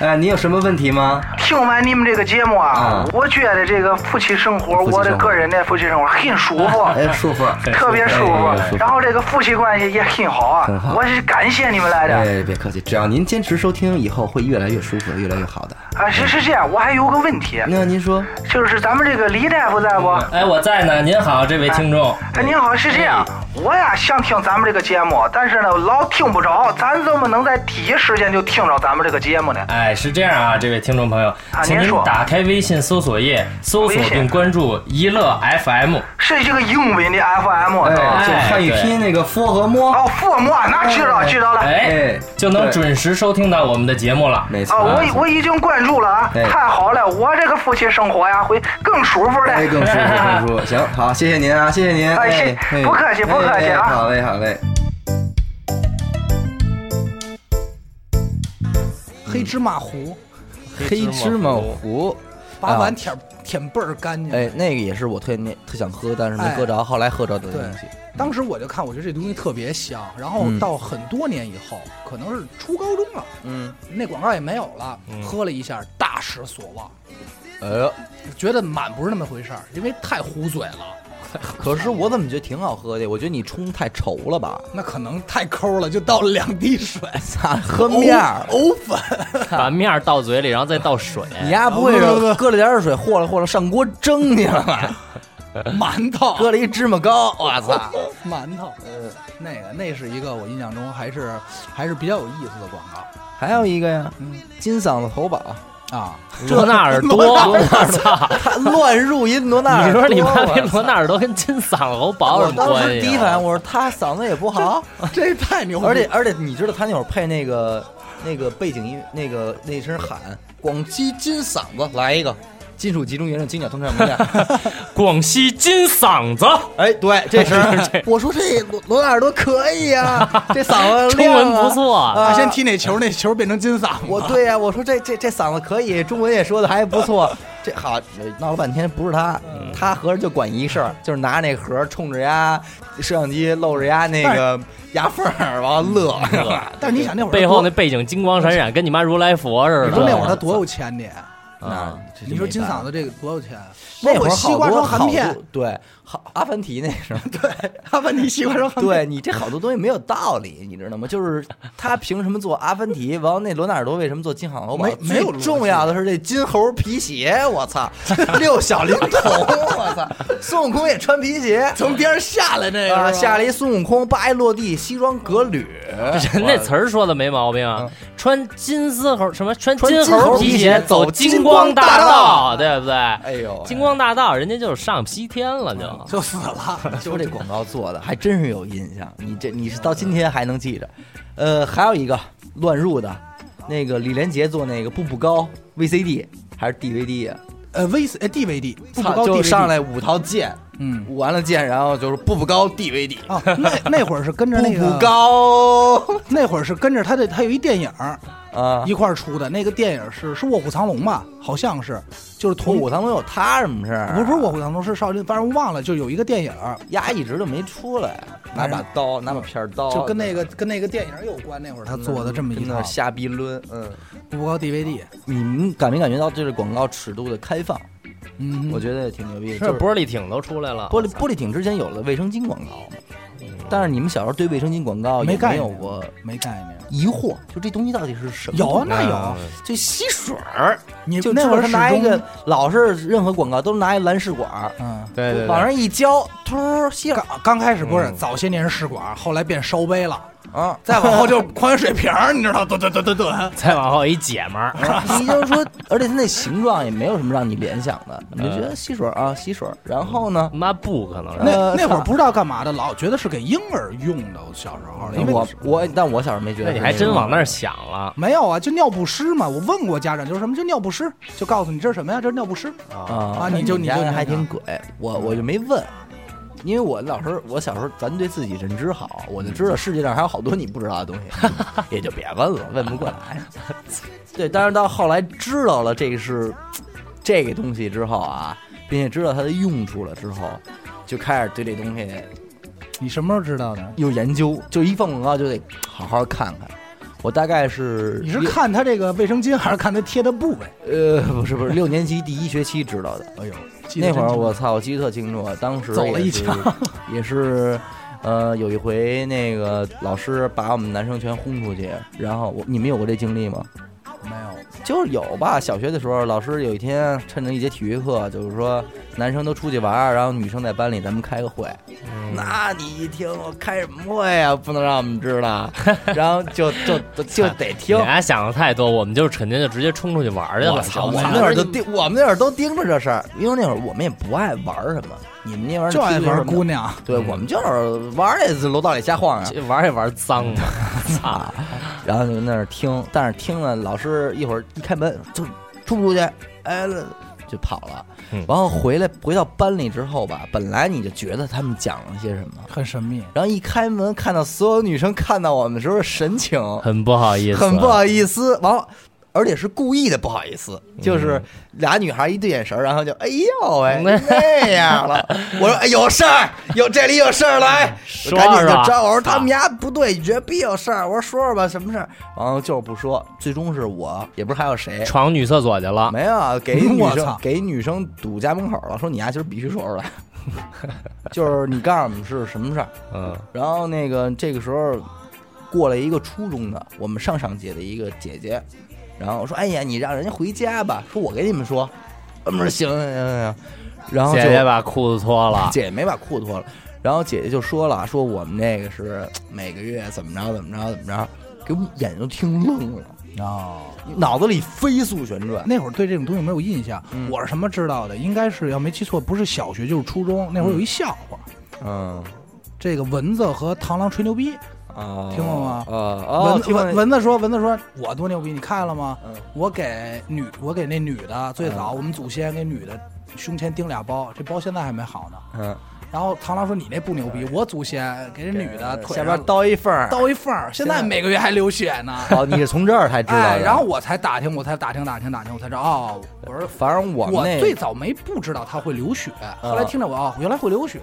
S4: 哎，您有什么问题吗？
S7: 听完你们这个节目啊
S4: 啊，
S7: 我觉得这个夫妻生活，
S4: 夫妻生活
S7: 我的个人的夫妻生活很舒服，
S4: 哎，舒服，
S7: *laughs* 特别舒
S4: 哎
S7: 服。然后这个夫妻关系也很好啊
S4: 很好，
S7: 我是感谢你们来的。
S4: 哎，别客气，只要您坚持收听，以后会越来越舒服，越来越好的。
S7: 啊，是是这样，我还有个问题，
S4: 那您说，
S7: 就是咱们这个李大夫在不？
S4: 嗯
S2: 哎，我在呢。您好，这位听众。
S7: 哎，您好，是这样，我呀想听咱们这个节目，但是呢老听不着，咱怎么能在第一时间就听着咱们这个节目呢？
S2: 哎，是这样啊，这位听众朋友，请
S7: 您
S2: 您
S7: 说
S2: 打开微信搜索页，搜索
S7: 微信
S2: 并关注“一乐 FM”。
S7: 是这个英文的 FM 哦是吧？
S2: 哎
S4: 就汉语拼音那个“佛”和“摸
S7: 哦，父母，那知道知道了。
S2: 哎
S4: 哎，
S2: 就能
S4: 对
S2: 准时收听到我们的节目了”，。
S4: 没错。
S7: 啊，我已我已经关注了啊，
S4: 哎
S7: 太好了，我这个夫妻生活呀会更舒服的。
S4: 哎，更舒服，更舒服。行，好，谢谢您啊，谢谢您。
S7: 哎谢
S4: 哎
S7: 不客气不客气啊
S4: 哎好嘞，好嘞。嗯
S3: 黑芝麻糊，
S4: 黑芝麻糊，
S3: 把碗舔舔倍儿干净。
S4: 嗯哎，那个也是我特那特想喝，但是没喝
S3: 哎
S4: 着，后来喝着的东西。
S3: 当时我就看，我觉得这东西特别香。然后
S4: 嗯
S3: 到很多年以后，可能是初高中了，
S4: 嗯，
S3: 那广告也没有了，
S2: 嗯
S3: 喝了一下，大失所望，
S4: 哎呦，
S3: 觉得满不是那么回事儿，因为太糊嘴了，
S4: 可是我怎么觉得挺好喝的？我觉得你冲太稠了吧？
S3: 那可能太抠了，就倒了两滴水，
S4: *laughs* 咋喝面儿？
S3: *laughs* 藕粉，
S2: 把面儿倒 *laughs* 嘴里，然后再倒水。
S3: 哦
S4: 你丫不会是搁了点水和了和了上锅蒸去了吧？ *laughs*
S3: 馒头，
S4: 搁了一芝麻糕，
S3: 哦
S4: 我操！
S3: *laughs* 馒头，呃，那个那是一个我印象中还是还是比较有意思的广告嗯
S4: 还有一个呀，金嗓子投保， *laughs*
S3: 啊。
S2: 这那儿多，我操！
S4: 他乱入音罗纳尔
S2: 你
S4: 多。
S2: 说你妈
S4: 我
S2: 逼
S4: 操
S2: 罗纳尔多跟金嗓子喉薄有
S4: 我
S2: 什么
S4: 当
S2: 关系
S4: 时
S2: 啊？
S4: 第一反应我说他嗓子也不好，
S3: 这太牛逼！
S4: 而且而且你知道他那会儿配那个那个背景音那个那声喊广西金嗓子来一个金属集中营让金鸟通畅无价，
S2: 广西金嗓子，
S4: 哎对这声儿
S2: 这
S4: 我说这罗罗纳尔多可以呀，这嗓子
S2: 中
S4: 亮啊
S2: 文不错啊
S3: 他先踢那球，那球变成金嗓子。
S4: 我对呀、我说这这这嗓子可以，中文也说的还不错。这好闹了半天不是他，他合着就管一事儿，就是拿那盒冲着呀，摄像机露着呀那个牙缝儿，完了乐。是吧
S3: 但是你想那会儿
S2: 背后那
S3: 那
S2: 背景金光闪闪，跟你妈如来佛似的。
S3: 你说那会儿他多有钱你？
S4: *laughs*
S2: 啊，
S4: 这就
S3: 你说
S4: 没
S3: 金
S4: 办法
S3: 嗓子这个多有钱？啊
S4: 那
S3: 包括
S4: 会儿好
S3: 西
S4: 多
S3: 瓜霜含
S4: 好
S3: 片
S4: 多，对，好阿凡提那时候，
S3: *laughs*
S4: 对
S3: 阿凡提西瓜霜含片，
S4: 对，你这好多东西没有道理，你知道吗？就是他凭什么做阿凡提？完了那罗纳尔多为什么做金猴？
S3: 没没有
S4: 最重要的是这金猴皮鞋，我操，六小龄童，我操，孙悟空也穿皮鞋，
S3: 从边上下来那
S4: 啊，
S3: 个
S4: 下
S3: 来
S4: 来一孙悟空，叭一落地，西装革履，
S2: 人 *laughs* 那词儿说的没毛病啊，穿金丝猴什么穿
S4: 嗯穿
S2: 金
S4: 金猴
S2: 猴皮
S4: 皮
S2: 鞋
S4: 鞋
S2: 走
S4: 走
S2: 金
S4: 金
S2: 光
S4: 光
S2: 大
S4: 大
S2: 道，
S4: 道
S2: 对不对？哎
S4: 呦喂嗯
S2: 金光大道，人家就是上西天了就。
S3: *laughs* 就死
S4: *laughs*
S3: 了。
S4: 说这广告做的还真是有印象，你这你是到今天还能记着。呃，还有一个乱入的，那个李连杰做那个步步高 VCD 还是 DVD 呀、
S3: 呃，V 呃 DVD 步步
S4: 操
S3: 高
S4: 啊就
S3: DVD
S4: 上来五套剑，
S3: 嗯
S4: 舞完了剑，然后就是步步高 DVD，
S3: 哦，那那会儿是跟着那
S4: 步步
S3: 个，
S4: 高
S3: 那会儿是跟着他的，他有一电影儿
S4: 啊。
S3: 一块儿出的，那个电影是是《卧虎藏龙》吧？好像是，就是
S4: 我
S3: 同
S4: 武藏龙有他什么事儿啊？
S3: 不是不是《卧虎藏龙》，是少林，反正忘了，就有一个电影儿，
S4: 丫一直都没出来，拿
S3: 反
S4: 把
S3: 正
S4: 刀，拿把片刀，
S3: 就跟那个跟那个电影有关。那会儿他做的这么一
S4: 哦跟
S3: 套
S4: 那瞎逼抡，嗯。
S3: 步步高 DVD，
S4: 你们感没感觉到这是广告尺度的开放？
S3: 嗯，
S4: 我觉得也挺牛逼的。
S2: 是
S4: 就是
S2: 玻璃艇都出来了，
S4: 玻璃玻璃艇之前有了卫生巾广告，但是你们小时候对卫生巾广告
S3: 没
S4: 有
S3: 概
S4: 没
S3: 念
S4: 有过
S3: 没概念。
S4: 疑惑？就这东西到底是什么？
S3: 有啊，那有啊，
S4: 就吸水儿，
S3: 你
S4: 就
S3: 那会儿
S4: 他
S3: 始
S4: 拿一
S3: 终
S4: 个，老是任何广告都拿一蓝试管儿，
S3: 嗯，
S2: 对对
S4: 往上一浇，突吸了
S3: 刚刚开始不是
S2: 嗯
S3: 早些年是试管，后来变烧杯了，
S4: 啊！
S3: 再往后就是矿泉水瓶儿，你知道，对对对对对。 *laughs*
S2: 再往后一姐们儿，
S4: 你就说，而且它那形状也没有什么让你联想的，你就觉得吸水儿啊，吸水儿，然后呢？
S2: 妈不可能是。啊
S3: 那
S4: 呃
S3: 那会儿
S4: 上
S3: 不知道干嘛的，老觉得是给婴儿用的。我小时候，嗯因为
S4: 我我，但我小时候没觉得
S2: 那
S4: 是
S2: 你
S4: 种。
S2: 还真往那儿想了
S3: 没有啊，就尿不湿嘛。我问过家长，就是什么叫尿不湿，就告诉你这是什么呀，这是尿不湿。
S2: 啊？
S4: 啊
S3: 啊你就你嗯
S4: 家
S3: 就
S4: 人
S3: 那
S4: 还
S3: 样
S4: 挺鬼，我我就没问，因为我老时候我小时候咱对自己认知好，我就知
S3: 嗯
S4: 道世界上还有好多你不知道的东西，
S3: *laughs*
S4: 也就别问了，问不过来。对，但是到后来知道了这是这个东西之后啊，并且知道它的用处了之后，就开始对这东西
S3: 你什么时候知道的？
S4: 有研究，就一放广告就得好好看看。我大概是
S3: 你是
S4: 六
S3: 看他这个卫生巾，还是看他贴的部位？
S4: 呃不是不是六年级第一学期知道的，
S3: 哎呦，记得
S4: 那会儿
S3: 真清
S4: 我操，我记得特清楚，当时
S3: 走了
S4: 也
S3: 一
S4: 是
S3: 枪，
S4: 也是，呃，有一回那个老师把我们男生全轰出去，然后我你们有过这经历吗？
S3: 楚没有，
S4: 就是有吧，小学的时候，老师有一天趁着一节体育课，就是说男生都出去玩儿，然后女生在班里，咱们开个会。
S3: 嗯
S4: 那你一听，我开什么会啊？不能让我们知道，
S3: *laughs*
S4: 然后就就就就得
S2: 你
S4: 听。
S2: 俩想的太多，我们就是肯定就直接冲出去玩儿去了。
S4: 我操！我
S2: 就
S4: 们那会儿都盯，我们那会儿都盯着这事儿，因为那会儿我们也不爱玩儿什么，你们那会儿
S3: 就爱玩姑
S4: 娘。
S3: 娘。
S4: 对，
S2: 嗯
S4: 我们就是玩儿也是楼道里瞎晃
S2: 这玩儿也玩儿脏嘛， *laughs*
S4: *laughs*
S2: 操！
S4: 啊，然后就那儿听，但是听了老师一会儿一开门就出不出去，哎，了就跑了
S2: 嗯。
S4: 然后回来回到班里之后吧，本来你就觉得他们讲了些什么，
S3: 很神秘，
S4: 然后一开门看到所有女生看到我们的时候神情
S2: 很不好意思，
S4: 很不好意思，完了。而且是故意的不好意思，
S2: 嗯
S4: 就是俩女孩一对眼神儿，然后就哎呦喂、
S2: 嗯
S4: 那样了。我说哎有事儿，有这里有事儿来，
S2: 说
S4: 我赶紧就
S2: 说啊
S4: 招。我说他们家不对，绝逼有事儿。我说说说吧，什么事儿？然后就是不说，最终是我也不是还有谁，
S2: 闯女厕所去了。
S4: 没有啊
S2: *laughs*
S4: 给女
S3: 我
S4: 生
S3: 操
S4: 给女生堵家门口了，说你丫今儿必须说出来， *laughs* 就是你告诉我们是什么事儿。
S2: 嗯，
S4: 然后那个这个时候过来一个初中的，我们上上届的一个姐姐， *laughs* 嗯然后我说：“哎呀，你让人家回家吧。”说：“我给你们说。”我们说：“行行行行。”然后就
S6: 姐姐把裤子脱了，
S4: 姐姐没把裤子脱了，然后姐姐就说了，说我们这个是每个月怎么着怎么着怎么着，给我们眼睛都听愣了，
S3: 哦，
S4: 脑子里飞速旋转。
S3: 那会儿对这种东西没有印象，
S4: 嗯
S3: 我是什么知道的？应该是要没记错，不是小学就是初中。那会儿有一笑话，
S4: 嗯
S3: 这个蚊子和螳螂吹牛逼。
S4: 啊
S3: 听过吗
S4: 啊哦，
S3: 蚊
S4: 听过
S3: 蚊
S4: 那
S3: 蚊子说，蚊子说我多牛逼，你看了吗？
S4: 嗯
S3: 我给女，我给那女的最早，我们祖先给女的胸前钉俩包，这包现在还没好呢。
S4: 嗯，
S3: 然后螳螂说你那不牛逼，我祖先给这女的腿
S4: 下
S3: 上
S4: 边刀一缝儿。
S3: 刀一缝儿，现在每个月还流血呢。
S4: 哦，你是从这儿 *laughs* 才知道的。
S3: 哎，然后我才打听，我才打听打听打听，我才知道哦，我说。
S4: 反正我们
S3: 我
S4: 那
S3: 最早没不知道它会流血，
S6: 啊
S3: 后来听着我哦，原来会流血，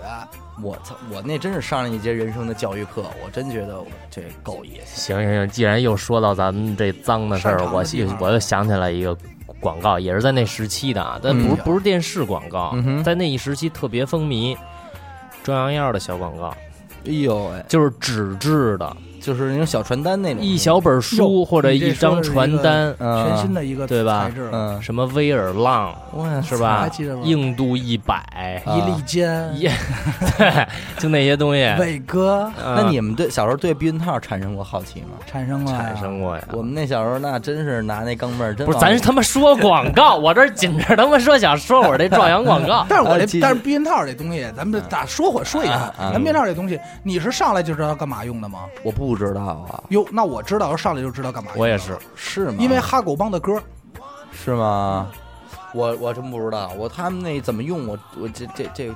S4: 我操，我那真是上了一节人生的教育课，我真觉得我这够意思。
S6: 行行行，既然又说到咱们这脏的事
S3: 擅
S6: 儿，
S3: 长的
S6: 我
S3: 地方
S6: 我又想起来一个广告，也是在那时期的啊，但
S3: 嗯
S6: 不是、不是电视广告，
S4: 嗯哼
S6: 在那一时期特别风靡，壮阳药的小广告，
S4: 哎呦喂，
S6: 就是纸质的，
S4: 就是那种小传单那种，
S6: 一小本书
S3: 哟
S6: 或者
S3: 你这
S6: 一张传单，
S4: 嗯
S3: 全新的一个
S6: 对吧
S3: 材质，
S4: 嗯，
S6: 什么威尔浪
S4: 哇
S6: 是
S3: 嗯还
S6: 吧嗯
S3: 记得？吗
S6: 硬度一百，
S4: 啊
S3: 一粒坚，
S6: 一对，就那些东西。
S3: 伟哥
S6: 嗯
S4: 那你们对小时候对避孕套产生过好奇吗？
S3: 产生了，。
S6: 产生过呀？
S4: 我们那小时候那真是拿那钢镚儿，真
S6: 不是，
S4: 往
S6: 咱是他妈说广告，我这儿紧着他妈说想说我这壮阳广告
S3: *laughs* 但是我
S4: 呃
S3: 这，
S4: 其实
S3: 但是避孕套这东西，咱
S6: 嗯
S3: 们打说会说一下
S4: 啊，啊
S3: 咱避孕套这东西，你是上来就知道干嘛用的吗？
S4: 我不知道啊，
S3: 哟，那我知道，上来就知道干嘛用的
S6: 我也是，
S4: 是吗？
S3: 因为哈狗帮的歌，
S4: 是吗？我我真不知道，我他们那怎么用，我我这这这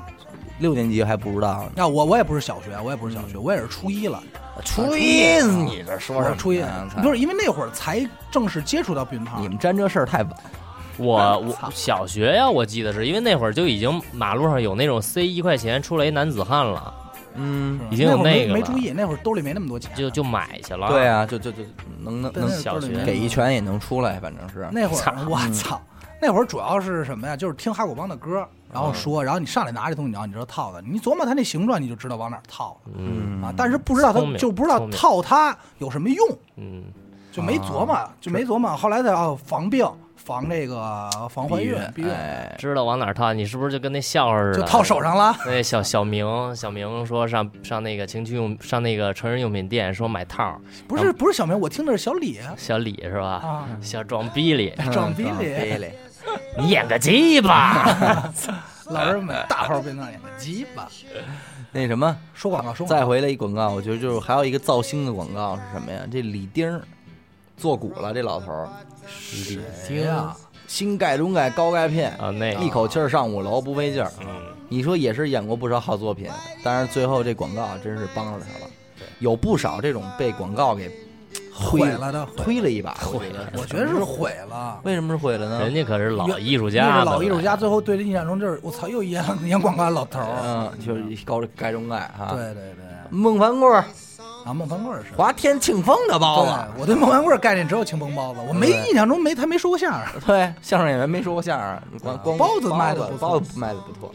S4: 六年级还不知道呢。
S3: 啊，我我也不是小学，我也不是小
S6: 嗯
S3: 学，我也是初一了，
S4: 初
S3: 一
S4: 一
S3: 啊
S4: 你这说
S3: 我
S4: 什
S3: 是
S4: 么
S3: 初一
S6: 啊
S3: 嗯
S4: 呀，
S3: 不是因为那会儿才正式接触到避孕套
S4: 你，们沾这事儿太晚了。
S3: *laughs*
S6: 我我小学呀，我记得是因为那会儿就已经马路上有那种塞一块钱出来一男子汉了，
S4: 嗯，
S6: 已经有
S3: 那会儿没
S6: 个
S3: 没
S6: 了
S3: 注，意，那会儿兜里没那么多钱，
S6: 就就买去了。
S4: 对，啊，就就就能能
S3: 但
S4: 能
S3: 是
S6: 小
S3: 兜里
S6: 学
S3: 没
S4: 给一
S3: 那么多钱
S4: 拳也能出来，反正是。
S3: 那会
S6: 操
S3: 儿我操，那会儿主要是什么呀？就是听哈狗帮的歌，然后说，然后你上来拿这东西，然后你知道套的，你琢磨它那形状，你就知道往哪儿套了
S6: 嗯
S3: 啊。但是不知道它
S6: 聪明
S3: 就不知道
S6: 聪明
S3: 套它有什么用，
S6: 嗯，
S3: 就没琢磨，就没琢磨。后来才哦，防病、防这个、防怀孕、避孕，
S4: 哎，
S6: 知道往哪儿套，你是不是就跟那笑话似的？
S3: 就套手。上了。
S6: 那小小明，小明说上上那个情趣用上那个成人用品店说买套，
S3: 不是不是小明，我听的是小李
S6: 小李是吧？
S3: 啊，
S6: 小装逼里，
S3: 长逼
S4: 飞
S3: 里，
S4: 嘞，
S6: 你演个鸡
S3: *laughs*
S6: 吧！
S3: 老人们大号变大眼睛，鸡巴。
S4: 那
S3: *laughs*
S4: 什么，
S3: 说广告，说广
S4: 再
S3: 告，
S4: 回来一广告，我觉得就是还有一个造星的广告是什么呀？这李丁儿做骨了，这老头儿
S6: 李
S3: 谁哎呀？
S4: 新盖中盖高钙片
S6: 啊，那嗯
S4: 一口气儿上五楼不费劲儿。你说也是演过不少好作品，但是最后这广告真是帮着他了。有不少这种被广告给推
S3: 毁了的，毁
S4: 推了一把，毁了。
S3: 我觉得是毁了。
S4: 为什么是毁了呢
S6: 人？家可是老艺术
S3: 那
S6: 家
S3: 是
S6: 呢，
S3: 老艺术家，最后对这印象中就是我操，又一样演广告的老头儿。
S4: 嗯，就是高盖中盖哈。，
S3: 对对对，
S4: 孟凡贵儿
S3: 啊，孟凡贵儿是。
S4: 华天庆丰的包子，
S3: 对，我对孟凡贵儿概念只有清风包子，我没
S4: 对
S3: 印象中没他没说过相声。
S4: *laughs* 对，相声演员没说过相声，光光
S3: 啊包子卖得不错
S4: 包子卖的不错。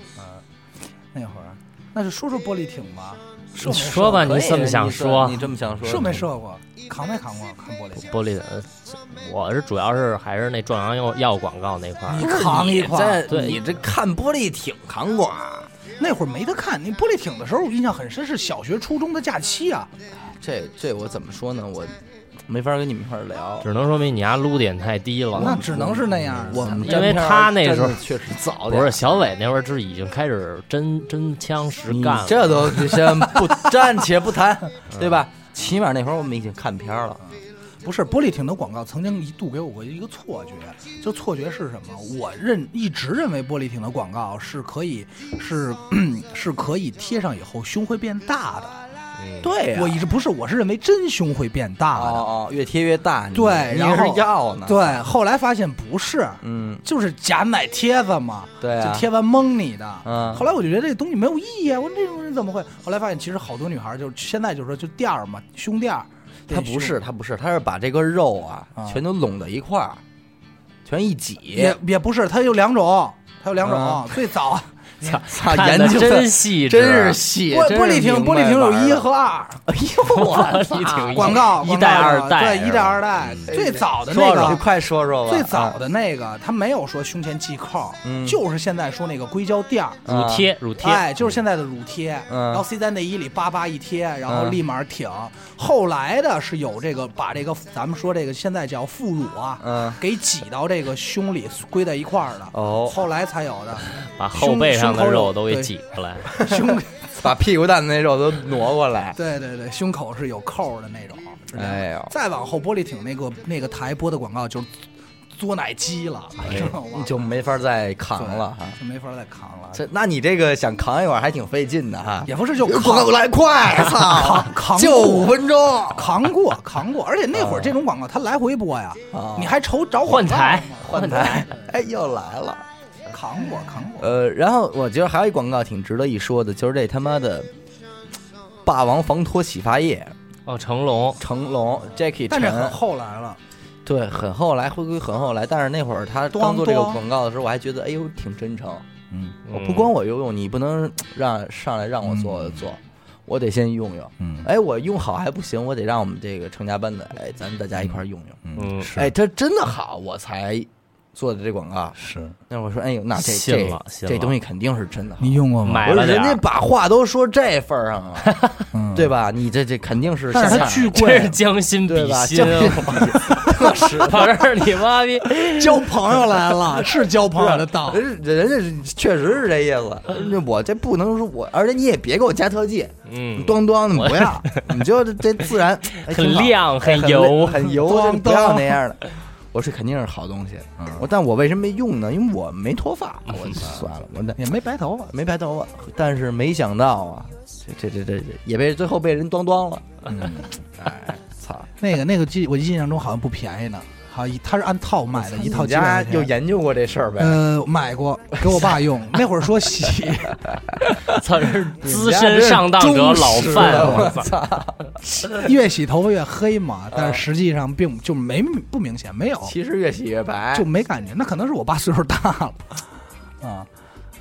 S3: 那会儿，那就说说玻璃挺吧，射
S6: 你
S3: 没
S6: 说吧，你
S4: 可以
S6: 这么想说
S4: 你这么想说，
S3: 射没射过，扛没扛过看玻璃挺？
S6: 玻璃的，呃我是主要是还是那壮阳药药广告那块
S3: 你
S6: 儿，
S3: 扛一块儿，
S6: 对
S4: 你这看玻璃挺扛管，
S3: 那会儿没得看。那玻璃挺的时候，我印象很深，是小学、初中的假期啊。
S4: 这这我怎么说呢？我没法跟你们一块儿聊。
S6: 只能说明你家撸点太低
S3: 那
S6: 了。
S3: 只能是那样的。
S4: 我们
S6: 因为他那时候
S4: 真的确实早点
S6: 不是小伟那会儿就是已经开始真真枪实
S4: 你
S6: 干了，
S4: 这都先不暂且不谈，对吧？起码那会儿我们已经看片儿了，
S3: 不是玻璃挺的广告，曾经一度给我过一个错觉，就错觉是什么？我认一直认为玻璃挺的广告是可以是是可以贴上以后胸会变大的。
S4: 对
S3: 我一直不是，我是认为真胸会变大的。
S4: 哎哦哦，越贴越大，你
S3: 对，
S4: 你
S3: 然
S4: 是
S3: 后
S4: 要呢，，
S3: 对，后来发现不是，
S4: 嗯，
S3: 就是假奶贴子嘛，
S4: 对啊
S3: 就贴完蒙你的。
S4: 嗯
S3: 后来我就觉得这东西没有意义啊，我说这种人怎么会？后来发现其实好多女孩就现在就说就垫儿嘛，胸垫儿。
S4: 他不是他不是，他是把这个肉啊
S3: 啊
S4: 全都拢到一块儿，全一挤，
S3: 也也不是，它有两种，它有两种。
S4: 嗯
S3: 最早
S4: *laughs* 操，
S6: 看
S4: 研
S6: 得
S4: 究的
S6: 真细致，
S3: 啊
S4: 真是细。
S3: 玻
S4: 真
S3: 玻
S4: 是
S3: 璃
S4: 明
S3: 亭，
S4: 白
S3: 玻璃亭有
S4: 玩儿
S3: 一
S4: 的，
S3: 和二
S4: 哎呦 *laughs* 我操
S6: 一挺
S3: 广告，
S6: 一
S3: 广
S6: 代
S3: 告
S6: 二
S3: 的
S6: 代
S3: 对
S6: 是
S3: 一代二代，最早的那
S4: 啊哎说说，
S3: 个。
S4: 快说说吧。啊
S3: 最早的那个，他没有说胸前系扣，
S4: 嗯
S3: 就是现在说那个硅胶垫儿，
S4: 嗯
S6: 乳贴乳贴，
S3: 哎，就是现在的乳贴，
S4: 嗯
S3: 然后塞在内衣里叭叭一贴，然后
S4: 嗯
S3: 立马挺。后来的是有这个把这个咱们说这个现在叫副乳啊，
S4: 嗯
S3: 给挤到这个胸里归在一块儿的，
S4: 哦
S3: 后来才有的，
S6: 把后背上的肉都给
S3: 对
S6: 挤出来。
S3: 胸，。
S4: *laughs* 把屁股蛋子那肉都挪过来
S3: 对对对，胸口是有扣的那种。是这样
S4: 哎呦
S3: 再往后玻璃挺那个那个台播的广告就是嘬奶鸡了，知道吗？
S4: 就没法再扛
S3: 对
S4: 了哈，
S3: 就没法再扛了。
S4: 这那你这个想扛一会儿还挺费劲的哈，
S3: 也不是就
S4: 快
S3: 扛
S4: 来快，操
S3: 扛，扛
S4: 就
S3: 过
S4: 五分钟，
S3: 扛 *laughs* 过扛过，而且那会儿这种广告它来回播呀
S4: 啊，
S3: 你还愁找
S2: 换台
S3: 换
S4: 换台，哎，又来了。
S3: 扛过扛过。
S4: 呃，然后我觉得还有一广告挺值得一说的，就是这他妈的霸王防脱洗发液，
S6: *laughs* 哦，成龙
S4: 成龙 Jackie
S3: 但是很
S4: 陈，
S3: 后来了，
S4: 对，很后来回归很后来，但是那会儿他
S3: 咣
S4: 刚做这个
S3: 咣
S4: 广告的时候，我还觉得哎呦挺真诚，嗯，我不
S6: 嗯
S4: 光我游泳，你不能让上来让我做我就做，我得先用用，
S8: 嗯
S4: 哎，我用好还不行，我得让我们这个成家班的，哎，咱们大家一块儿用用，
S6: 嗯
S8: 是
S4: 哎，他真的好，我才做的这广告，
S8: 是，
S4: 那我说哎呦，那这
S6: 信了
S4: 这
S6: 信
S4: 这
S6: 了
S4: 东西肯定是真的好，
S8: 你用过吗？
S6: 买
S4: 我说
S6: 了
S4: 人
S6: 点
S4: 家
S6: 儿，
S4: 把话都说这份儿上了，
S8: 嗯
S4: 对吧？你这这肯定是下
S3: 但是
S4: 架，
S3: 它巨
S6: 真是
S3: 贵，
S6: 将心比
S4: *laughs* 对吧？
S6: 心啊。
S3: *laughs*
S4: 这是。
S6: *laughs* 我这你妈逼，
S3: 啊交朋友来了，是交朋友的道。
S4: 人家人家确实是这意思，
S3: 嗯
S4: 那我这不能说我，而且你也别给我加特技，
S6: 嗯，
S4: 咣咣的不要，你就这
S3: *laughs*
S4: 自然哎挺好
S6: 很亮
S4: 哎
S6: 很油
S4: 很油，就不要那样的。我说肯定是好东西，
S3: 嗯
S4: 我但我为什么没用呢？因为我没
S3: *laughs*
S4: 脱发，我算了，我那
S3: 也没白头发，
S4: 没白头发，但是没想到啊，这这这这这也被最后被人咣咣了，
S3: 嗯 *laughs*
S4: 哎，操！
S3: 那个那个记我印象中好像不便宜呢，好像一它是按套卖的，一套
S4: 你
S3: 几百
S4: 家
S3: 块
S4: 有
S3: 钱。
S4: 研究过这事儿呗？
S3: 呃，买过给我爸用，那会儿说洗，
S6: *laughs* 操，这是资深上当者老范，啊我操，
S3: 越洗头发越黑嘛，但是实际上并就没不明显，没有
S4: 其实越洗越白，
S3: 就没感觉，那可能是我爸岁数大了。啊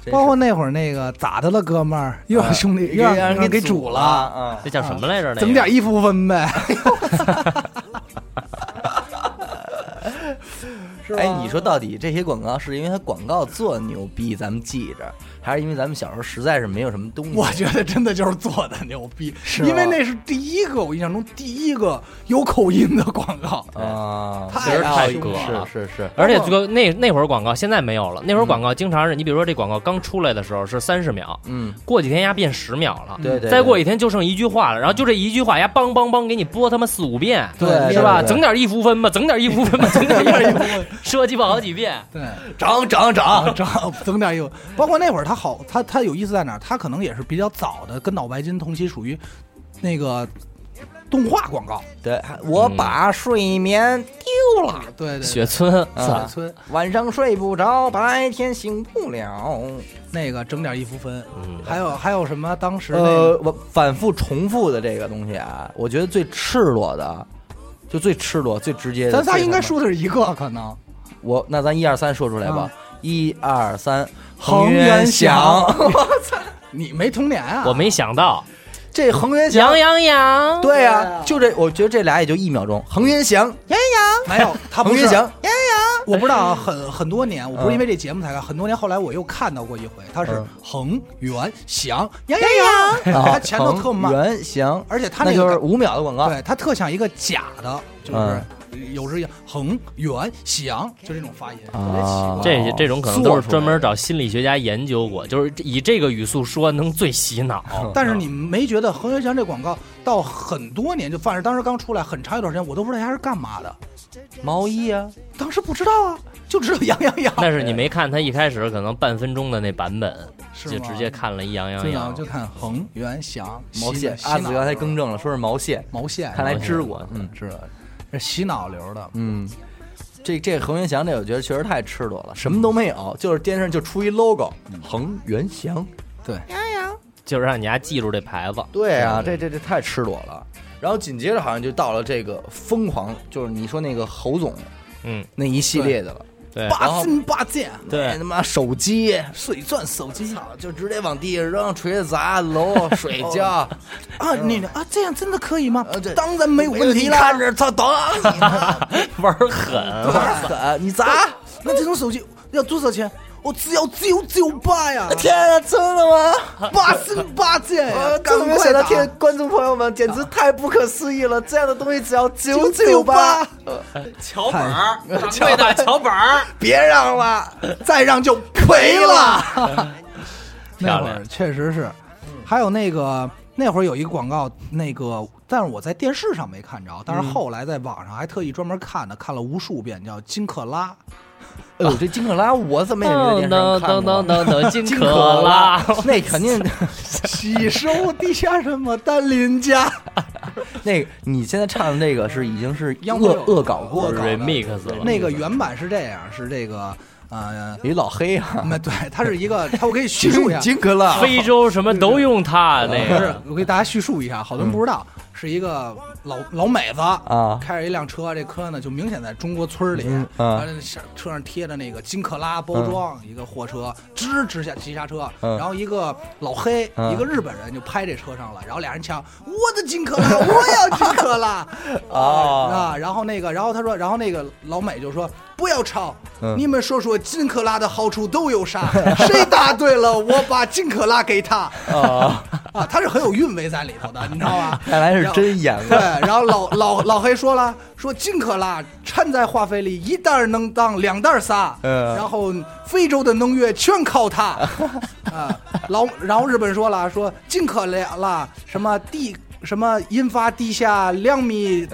S4: 真是
S3: 包括那会儿那个咋的了，哥们儿，又让兄弟
S4: 给
S3: 又让
S4: 让
S3: 让人给煮
S4: 煮
S3: 了，嗯
S4: 啊！
S6: 这叫什么来着？那个
S3: 整点衣服分呗。
S4: 哎，你说到底这些广告是因为它广告做牛逼，咱们记着，还是因为咱们小时候实在是没有什么东西？
S3: 我觉得真的就是做的牛逼，
S4: 是吗
S3: 因为那是第一个我印象中第一个有口音的广告。
S4: 啊，
S3: 太
S4: 其实
S3: 太
S6: 葛了
S4: 是是是，
S6: 而且这个那那会儿广告现在没有了，那会儿
S4: 嗯
S6: 广告经常是你比如说这广告刚出来的时候是三十秒，
S4: 嗯，
S6: 过几天呀变十秒了，
S4: 对对，
S6: 再过
S4: 一
S6: 几天就剩一句话了，然后就这一句话呀，梆梆梆给你播他妈四五遍，
S4: 对
S6: 是吧？
S4: 对对
S6: 整点一福分吧，整点一福分吧，整点一福
S4: *laughs*
S6: 分，说鸡巴好几遍，
S3: 对，
S4: 涨涨涨，
S3: 啊整 *laughs* 整点衣服，包括那会儿他好，他他有意思在哪儿？他可能也是比较早的，跟脑白金同期，属于那个动画广告。
S4: 对，我把睡眠丢了，
S3: 对对对，
S6: 雪村，
S4: 啊
S3: 小村
S4: 晚上睡不着，白天醒不了。
S3: 那个整点衣服分，
S6: 嗯
S3: 还有还有什么？当时那个
S4: 呃，我反复重复的这个东西啊，我觉得最赤裸的，就最赤裸、最直接的。
S3: 咱仨
S4: 呃最
S3: 应该
S4: 他妈
S3: 说的是一个，可能
S4: 我那咱一二三说出来吧
S3: 啊，
S4: 一二三，
S3: 恒
S4: 源
S3: 源
S4: 祥
S3: 祥， *laughs* 你没童年啊？
S6: 我没想到
S4: 这恒源祥
S6: 羊，羊羊，
S4: 哦对呀，就这，我觉得这俩也就一秒钟，恒源祥，羊羊，
S3: 没有，他不
S4: 恒
S3: 是
S4: 源祥，
S3: 哎我不知道啊，很很多年，我不
S4: 嗯
S3: 是因为这节目才看，很多年后来我又看到过一回，它是
S4: 嗯啊
S3: 恒源祥羊羊羊，它前头特慢，
S4: 源祥，
S3: 而且它
S4: 那
S3: 那
S4: 就是
S3: 个
S4: 五秒的广告，
S3: 对它特像一个假的，就是有时恒源祥就这种发音，特别
S4: 啊
S3: 奇怪。
S6: 这这种可能都
S4: 做
S6: 是
S4: 出来
S6: 专门找心理学家研究过，就是以这个语速说能最洗
S4: *laughs*
S6: 脑。
S4: 嗯
S3: 但是你没觉得恒源祥这广告到很多年，就反正当时刚出来很长一段时间，我都不知道它是干嘛的，
S4: 毛衣啊，
S3: 当时不知道啊，就知道羊羊羊，
S6: *laughs* 但是你没看他一开始可能半分钟的那版本，
S3: 是
S6: 就
S3: 吗
S6: 直接看了一羊羊
S3: 对啊，
S6: 羊
S3: 就，看恒源祥
S4: 毛
S3: 洗
S4: 线
S3: 脑，洗
S4: 阿
S3: 脑哎
S4: 紫刚才更正了，说是毛线，
S3: 毛线，
S4: 看来
S6: 毛线
S4: 知我，嗯
S3: 知道，这洗脑流的。
S4: 嗯。这这恒源祥这我觉得确实太赤裸了，什么都没有，就是电视上就出一 logo，恒源祥，
S6: 就是让你家记住这牌子。
S4: 对啊，
S6: 嗯
S4: 这这这太赤裸了。然后紧接着好像就到了这个疯狂，就是你说那个侯总
S6: 嗯，
S4: 那一系列的了，
S6: 对，
S4: 八
S6: 然后
S4: 斤八件，
S3: 啊
S6: 对
S4: 哎他妈手机。
S3: 碎钻手机
S4: 操，就直接往地下扔，锤子砸，楼水浇，
S3: 啊，那个啊，这样真的可以吗
S4: 嗯呃对？
S3: 当然没有问
S4: 问
S3: 题
S4: 题
S3: 啦
S4: 看。着操，等
S6: 玩儿
S4: *laughs*
S6: 狠，
S4: 玩狠，你砸，
S3: 那这种手机要多少钱？我只要九九八
S4: *laughs*
S3: 呀，
S4: 天啊，真的吗？哎
S3: 八十八件呀
S4: 我，真
S3: 赶
S4: 的没
S3: 快
S4: 有想到，
S3: 打
S4: 天，观众朋友们简直太不可思议了！这样的东西只要九九八
S3: 998，
S6: 桥本儿，掌柜的桥本儿，
S4: 别让了，
S3: 再让就
S4: 赔了。
S3: *laughs* 那
S6: 漂亮
S3: 会儿确实是，还有那个那会儿有一个广告，那个但是我在电视上没看着，但是后来在网上还特意专门看的，看了无数遍，叫金克拉。 *laughs*
S4: 哎呦，这金克拉我怎么也没在
S6: 噔
S4: 电视上
S6: 噔
S4: 看
S6: 噔
S4: 过
S6: 噔。噔
S4: *laughs*
S6: 噔，金
S4: 金
S6: 可
S4: 拉
S6: 拉，，
S4: 那肯定，
S3: 喜收地下什么丹林家，
S4: 那个你现在唱的那个是已经是
S3: 央
S4: 恶
S3: 广
S4: 恶搞过
S3: 恶搞
S4: 了，
S3: 的
S6: remix 了
S3: 那个原版是这样，是这个呃，
S4: 你老黑啊，
S3: *laughs* 那对，它是一个，它我给你叙述一下，
S4: 金克 *laughs* 拉，
S6: 非洲什么都用它那
S3: 不是
S6: 个，
S3: 我给大家叙述一下，好多人不知道，是一个老老美子
S4: 嗯啊
S3: 开着一辆车，这车呢就明显在中国村里，
S4: 嗯啊
S3: 完了上车上贴着那个金克拉包装，一个货车吱直下急刹车，
S4: 嗯
S3: 然后一个老黑，
S4: 嗯
S3: 一个日本人就拍这车上了，然后俩人抢我的金克拉，我要金克拉
S4: *laughs* 啊
S3: 啊，然后那个，然后他说，然后那个老美就说不要吵
S4: 嗯。
S3: 你们说说金克拉的好处都有
S4: *laughs*
S3: 啥？谁答对了，我把金克拉给他。
S4: 啊，
S3: 啊，他是很有韵味在里头的，你知道吧？
S4: 看来是真演
S3: 对，
S4: 过，
S3: 然后老老老黑说了，说金克拉掺在化肥里，一袋儿能当两袋儿撒，
S4: 嗯
S3: 然后非洲的农业全靠它，啊，老然后日本说了，说金克拉什么地。什么引发地下两米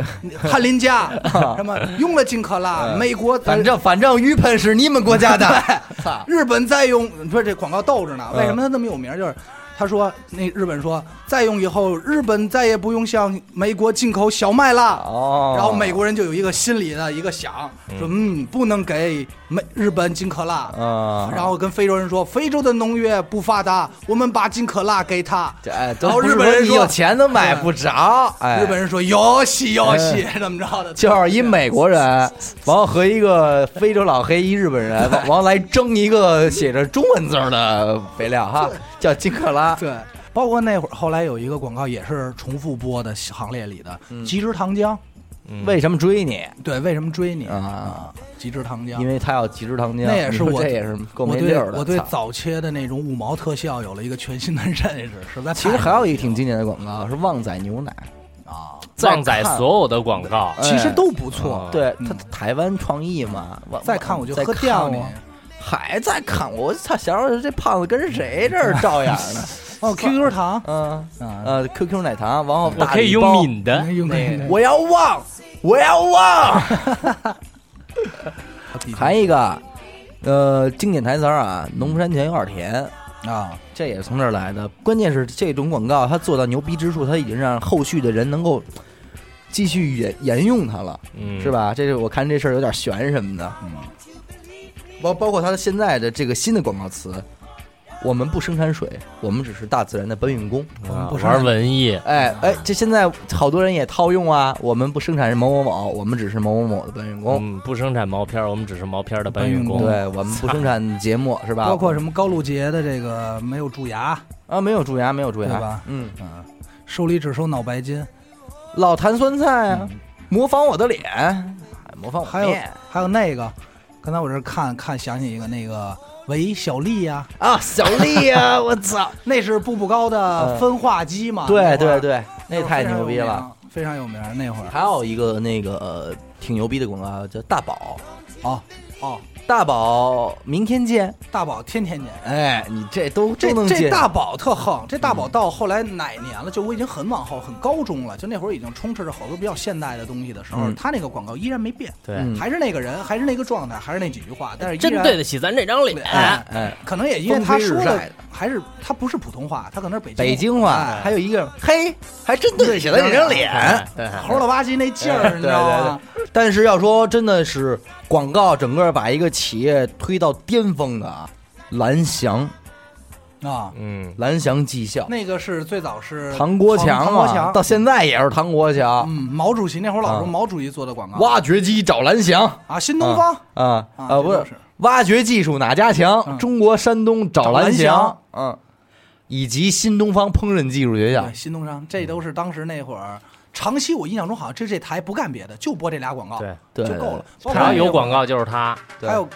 S3: 翰林家，什么用了金克拉，美国
S4: 反正反正鱼盆是你们国家的， *laughs* 操
S3: 啊日本再用，你说这广告逗着呢，
S4: 嗯
S3: 为什么它那么有名儿？就是他说那日本说再用以后，日本再也不用向美国进口小麦了。
S4: 哦，
S3: 然后美国人就有一个心里的一个想，说嗯，不能给美日本金克拉。
S4: 啊，
S3: 然后跟非洲人说，非洲的农业不发达，我们把金克拉给他。
S4: 这哎，
S3: 然
S4: 都
S3: 后
S4: 不是
S3: 日本人
S4: 你
S3: 说
S4: 有，钱都买不着，哎，
S3: 日本人说有戏有戏，怎么着的？
S4: 就是一美国 *laughs* 人，完了和一个非洲老黑一日本 *laughs* 人，完完来争一个写着中文字儿的肥料哈，叫金克拉，
S3: *laughs* 对，包括那会儿后来有一个广告也是重复播的行列里的
S4: 嗯
S3: 《极致糖浆》。
S4: 为什么追你？
S3: 对，为什么追你
S4: 嗯啊？
S3: 极致糖浆，
S4: 因为他要极致糖浆，
S3: 那也是
S4: 你说
S3: 我
S4: 嗯这也是够
S3: 我
S4: 没
S3: 对
S4: 溜儿的。
S3: 我对
S4: 操
S3: 早切的那种五毛特效有了一个全新的认识，实在太
S4: 其实还有一个挺经典的广告是旺仔牛奶，
S3: 啊，
S6: 旺仔所有的广告，
S4: 哎哦
S3: 其实都不错。
S4: 对
S3: 嗯
S4: 他台湾创意嘛，旺
S3: 再看我就
S4: 再
S3: 喝掉
S4: 看
S3: 你
S4: 我。还在看我，我操！想想这胖子跟谁这儿照样 *laughs* 呢？
S3: 哦，QQ 糖，
S4: 嗯
S3: 嗯
S4: 呃，QQ 奶糖，然后
S6: 我可以用
S4: 用
S6: 敏的，
S3: 用那
S4: 我要旺，我要旺。还一个，呃，经典台词儿啊，“农夫山泉有点甜
S3: 啊，”，
S4: 这也是从这儿来的。关键是这种广告，它做到牛逼之处，它已经让后续的人能够继续沿沿用它了，
S6: 嗯，
S4: 是？吧？这是我看这事儿有点悬什么的，包包括它的现在的这个新的广告词。我们不生产水，我们只是大自然的搬运工。
S3: 我们不是
S6: 啊玩文艺，
S4: 哎哎，这现在好多人也套用啊。我们不生产某某某，我们只是某某某的搬运工。
S6: 嗯，不生产毛片儿，我们只是毛片儿的搬运
S3: 搬运工
S6: 工。
S4: 对我们不生产节目是
S3: *laughs*
S4: 吧？
S3: 包括什么高露洁的这个没有蛀牙，
S4: 啊，没有蛀牙，没有蛀牙，
S3: 对吧
S4: 嗯，
S3: 嗯，手里只收脑白金，
S4: 老坛酸菜啊，
S6: 嗯
S4: 模仿我的脸，哎模仿我
S3: 还
S4: 的
S3: 有
S4: 面
S3: 还有那个，刚才我这看看想起一个那个维小丽呀，
S4: 啊，小丽
S3: *laughs*
S4: 呀，我操！
S3: 那是步步高的
S4: 呃
S3: 分化机嘛？
S4: 对
S3: 那会儿
S4: 对，对，那太牛逼了。
S3: 非常有名，非常有名那会儿。
S4: 还有一个那个呃挺牛逼的广告啊叫大宝，
S3: 哦哦，
S4: 大宝明天见。
S3: 大宝天天见。
S4: 哎，你这都
S3: 这
S4: 都能
S3: 这
S4: 见嗯
S3: 大宝特横，这大宝到后来哪年了？就我已经很往后，很高中了，就那会儿已经充斥着好多比较现代的东西的时候，
S4: 嗯
S3: 他那个广告依然没变，
S6: 对
S4: 嗯
S3: 还是那个人，还是那个状态，还是那几句话，但是依
S2: 真
S3: 然
S2: 对得起咱这张脸。
S4: 哎哎，
S3: 可能也因为他说
S4: 风吹日晒
S3: 的
S4: 的
S3: 还是他不是普通话，他可能是北京
S4: 北京话，还
S3: 还有
S4: 有一个嘿，还真对得起来
S3: 哎对
S4: 这张脸。
S6: 对
S3: 猴了吧唧那劲
S4: 哎 *laughs*
S3: 儿，你知道吗？
S4: 但是要说真的是广告整个把一个企业推到巅峰的啊，蓝翔，
S3: 啊，
S6: 嗯，
S4: 蓝翔技校，
S3: 那个是最早是
S4: 唐国强
S3: 唐国
S4: 啊，
S3: 强
S4: 到现在也是唐国强。
S3: 嗯，毛主席那会儿老说
S4: 啊
S3: 毛主席做的广告，
S4: 挖掘机找蓝翔，
S3: 啊，新东方
S4: 啊
S3: 啊
S4: 啊，不
S3: 这都是
S4: 是挖掘技术哪家强？
S3: 嗯
S4: 中国山东找蓝
S3: 翔
S4: 翔，嗯，以及新东方烹饪技术学校
S3: 对，。新东商，这都是当时那会儿。长期我印象中好像这这台不干别的，就播这俩
S4: 哦
S3: 广告，
S6: 对
S4: 对
S3: 就够了。包括
S6: 只要有广告就是他，
S4: 对
S3: 还有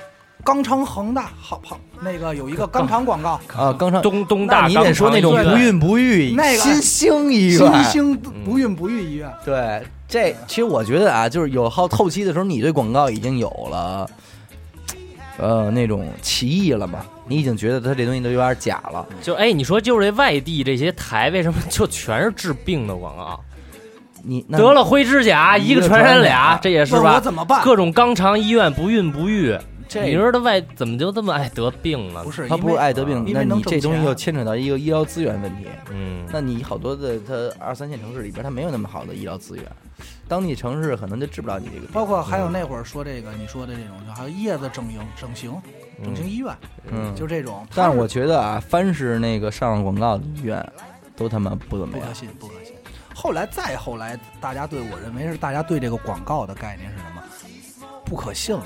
S3: 肛肠恒大，好好那个有一个肛肠广
S4: *laughs*
S3: 告，
S4: 啊，刚上
S6: 东东
S4: 那
S6: 大
S4: 你得说那种
S6: 肛肠医
S4: 不
S6: 院
S4: 孕不育，
S3: 那个
S4: 新兴医
S3: 新
S4: 院，
S3: 兴
S4: 嗯
S3: 不孕不育医院，
S4: 对，这其实我觉得啊，就是有好后期的时候，你对广告已经有了，呃，那种歧义了嘛，你已经觉得它这东西都有点假了。
S6: 就哎，你说就是这外地这些台为什么就全是治病的广告？
S4: 你那
S6: 得了灰指甲
S4: 一
S6: 一
S4: 个
S6: 个传
S4: 传
S6: 染
S4: 俩
S6: 俩，这也是
S3: 问我
S6: 吧？
S3: 怎么办？
S6: 各种肛肠医院不孕不育，
S4: 这
S6: 你说他外怎么就这么爱得病呢
S3: 不？是，
S4: 他
S3: 因
S4: 不是
S3: 为啊
S4: 爱得病，
S3: 因
S4: 那
S3: 为能
S4: 你这
S3: 挣
S4: 东西
S3: 钱
S4: 又牵扯到一个医疗资源问题。
S6: 嗯，
S4: 那你好多的它二三线城市里边，它没有那么好的医疗资源，当地城市可能就治不了你这个病。
S3: 包括还有那会儿说这个你说的这种，就还有叶子整形、整形、整形医院，
S4: 嗯，
S3: 就这种。
S4: 但
S3: 是
S4: 是我觉得啊，凡是那个上广告的医院，都他妈不怎么
S3: 不
S4: 样
S3: 可。信，不可信。后来再后来，大家对我认为是大家对这个广告的概念是什么？不可信了，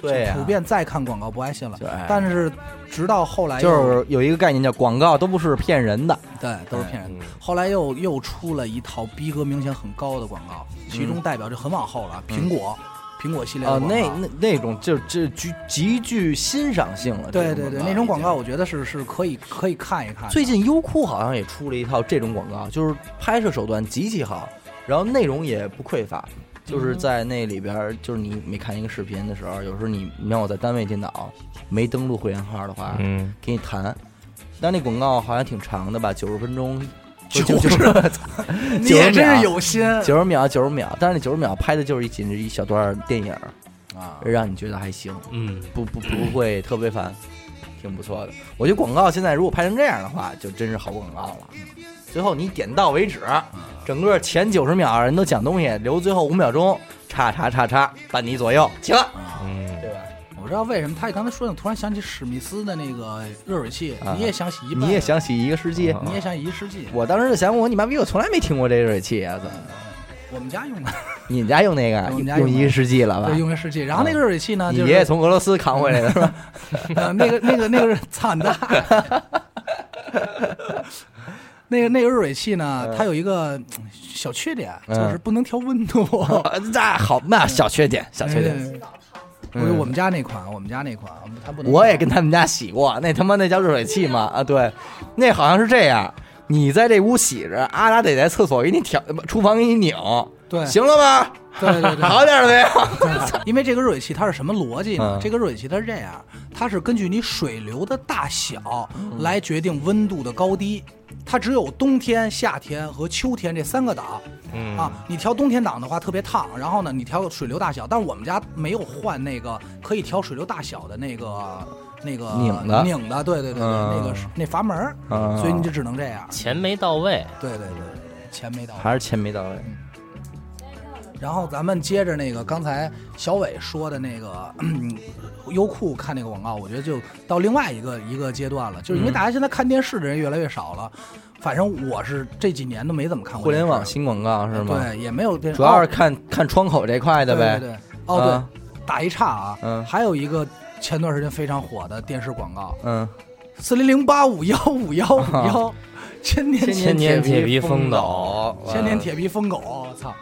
S4: 对呀
S3: 就普遍再看广告不爱信了
S4: 就哎。
S3: 但是直到后来
S4: 就
S3: 又
S4: 是有一个概念叫广告都不是骗人的，
S3: 对都是骗
S4: 嗯
S3: 人的。后来又又出了一套逼格明显很高的广告，
S4: 嗯
S3: 其中代表就很往后了，苹果苹果系列
S4: 啊，
S3: 的广告
S4: 嗯那那那种就这极极具欣赏性了。
S3: 对
S4: 这
S3: 对对，
S4: 已经
S3: 那种广告。我觉得是是可以可以看一看的。
S4: 最近优酷好像也出了一套这种广告，就是拍摄手段极其好，然后内容也不匮乏。就是
S3: 嗯
S4: 在那里边儿，就是你每看一个视频的时候，有时候你你让我在单位电脑没登录会员号的话，
S6: 嗯，
S4: 给你弹。但那广告好像挺长的吧，九十
S3: *laughs*
S4: 分钟，
S3: 90
S4: 九十，
S3: 你 *laughs*
S4: 九
S3: 也真
S4: 十
S3: 是
S4: 秒，嗯
S3: 有心
S4: 九十秒，九十秒。但是那九十秒拍的就是一仅是一小段儿电影儿，
S3: 啊！
S4: 让你觉得还行。
S6: 嗯，
S4: 不不不会特别烦，挺不错的。我觉得广告现在如果拍成这样的话，就真是好广告了。最后你点到为止，整个前九十秒人都讲东西，留最后五秒钟，叉叉叉叉，半你左右，起了，对吧？
S3: 我知道为什么他刚才说的，突然想起史密斯的那个热水器
S4: 啊，
S3: 你也想洗一半，
S4: 你也，想起一个世纪？
S3: 你也想洗一世纪。
S4: 嗯我当时就想，我说你妈逼，我从来没听过这热水器啊！怎么
S3: 我们家用的，
S4: 你们家用那个
S3: 我们家
S4: 用
S3: 用
S4: 一个世纪了吧
S3: 对，？用的世纪。然后那个热水器呢，
S4: 你
S3: 就
S4: 爷爷
S3: 是
S4: 从俄罗斯扛回来的是 *laughs* 吧？
S3: 呃那个那个
S4: *laughs*
S3: 那个是惨的，那个那个热水器呢，它有一个嗯小缺点，
S4: 嗯
S3: 就是不能调温度。
S4: 那好，那小缺点， *laughs* 小
S3: *laughs*
S4: 缺点。
S3: 对，我有我们家那款，我们家那款，它不能。
S4: 我也跟他们家洗过，那他妈那叫热水器嘛啊，对，那好像是这样，你在这屋洗着，阿达得在厕所给你挑，不厨房给你拧，
S3: 对
S4: 行了吧？
S3: 对对对
S4: 好点儿了没有？
S3: *laughs* 因为这个热水器它是什么逻辑呢？
S4: 嗯
S3: 这个热水器它是这样，它是根据你水流的大小
S4: 嗯
S3: 来决定温度的高低。它只有冬天、夏天和秋天这三个档。
S4: 嗯
S3: 啊，你调冬天档的话特别烫，然后呢，你调水流大小，但是我们家没有换那个可以调水流大小的那个那个
S4: 拧的
S3: 拧的，对对对对，
S4: 嗯
S3: 那个是那阀门儿，
S4: 嗯
S3: 所以你就只能这样。
S6: 钱没到位，
S3: 对对对对，钱没到位。
S4: *laughs* 还是钱没到位，
S3: 然后咱们接着那个刚才小伟说的那个嗯优酷看那个广告，我觉得就到另外一个一个阶段了，就是因
S4: 嗯
S3: 为大家现在看电视的人越来越少了，反正我是这几年都没怎么看过
S4: 互联网
S3: 电视
S4: 新广告是吗？
S3: 对，也没有电视，
S4: 主要是
S3: 哦
S4: 看看窗口这块的
S3: 对
S4: 呗。
S3: 对对，哦对，
S4: 啊
S3: 打一岔啊，
S4: 嗯
S3: 还有一个前段时间非常火的电视广告，
S4: 嗯，
S3: 四零零八五幺五幺五
S4: *laughs*
S3: 幺，千年
S6: 千年铁皮风斗，
S4: 嗯
S3: 千年铁皮疯狗，我操，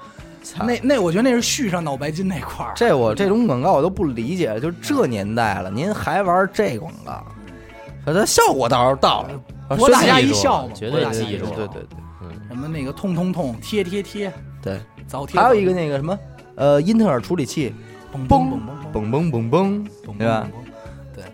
S4: 操
S3: 那那我觉得那是续上脑白金那块儿，
S4: 这我这种广告我都不理解，就这年代了，您还玩这广告？反正效果到时候到了，啊
S3: 博大
S4: 宣
S3: 家
S4: 传
S3: 一笑嘛，
S6: 绝
S3: 博
S6: 对
S3: 大家
S6: 记
S3: 一
S6: 住
S3: 笑
S4: 对对对
S3: 什么那个痛痛痛，贴贴贴，
S4: 对。
S3: 早贴。
S4: 还有一个那个什么，呃，英特尔处理器，
S3: 嘣
S4: 嘣
S3: 嘣嘣
S4: 嘣嘣嘣嘣，
S3: 嘣，
S4: 对吧？？
S3: 对。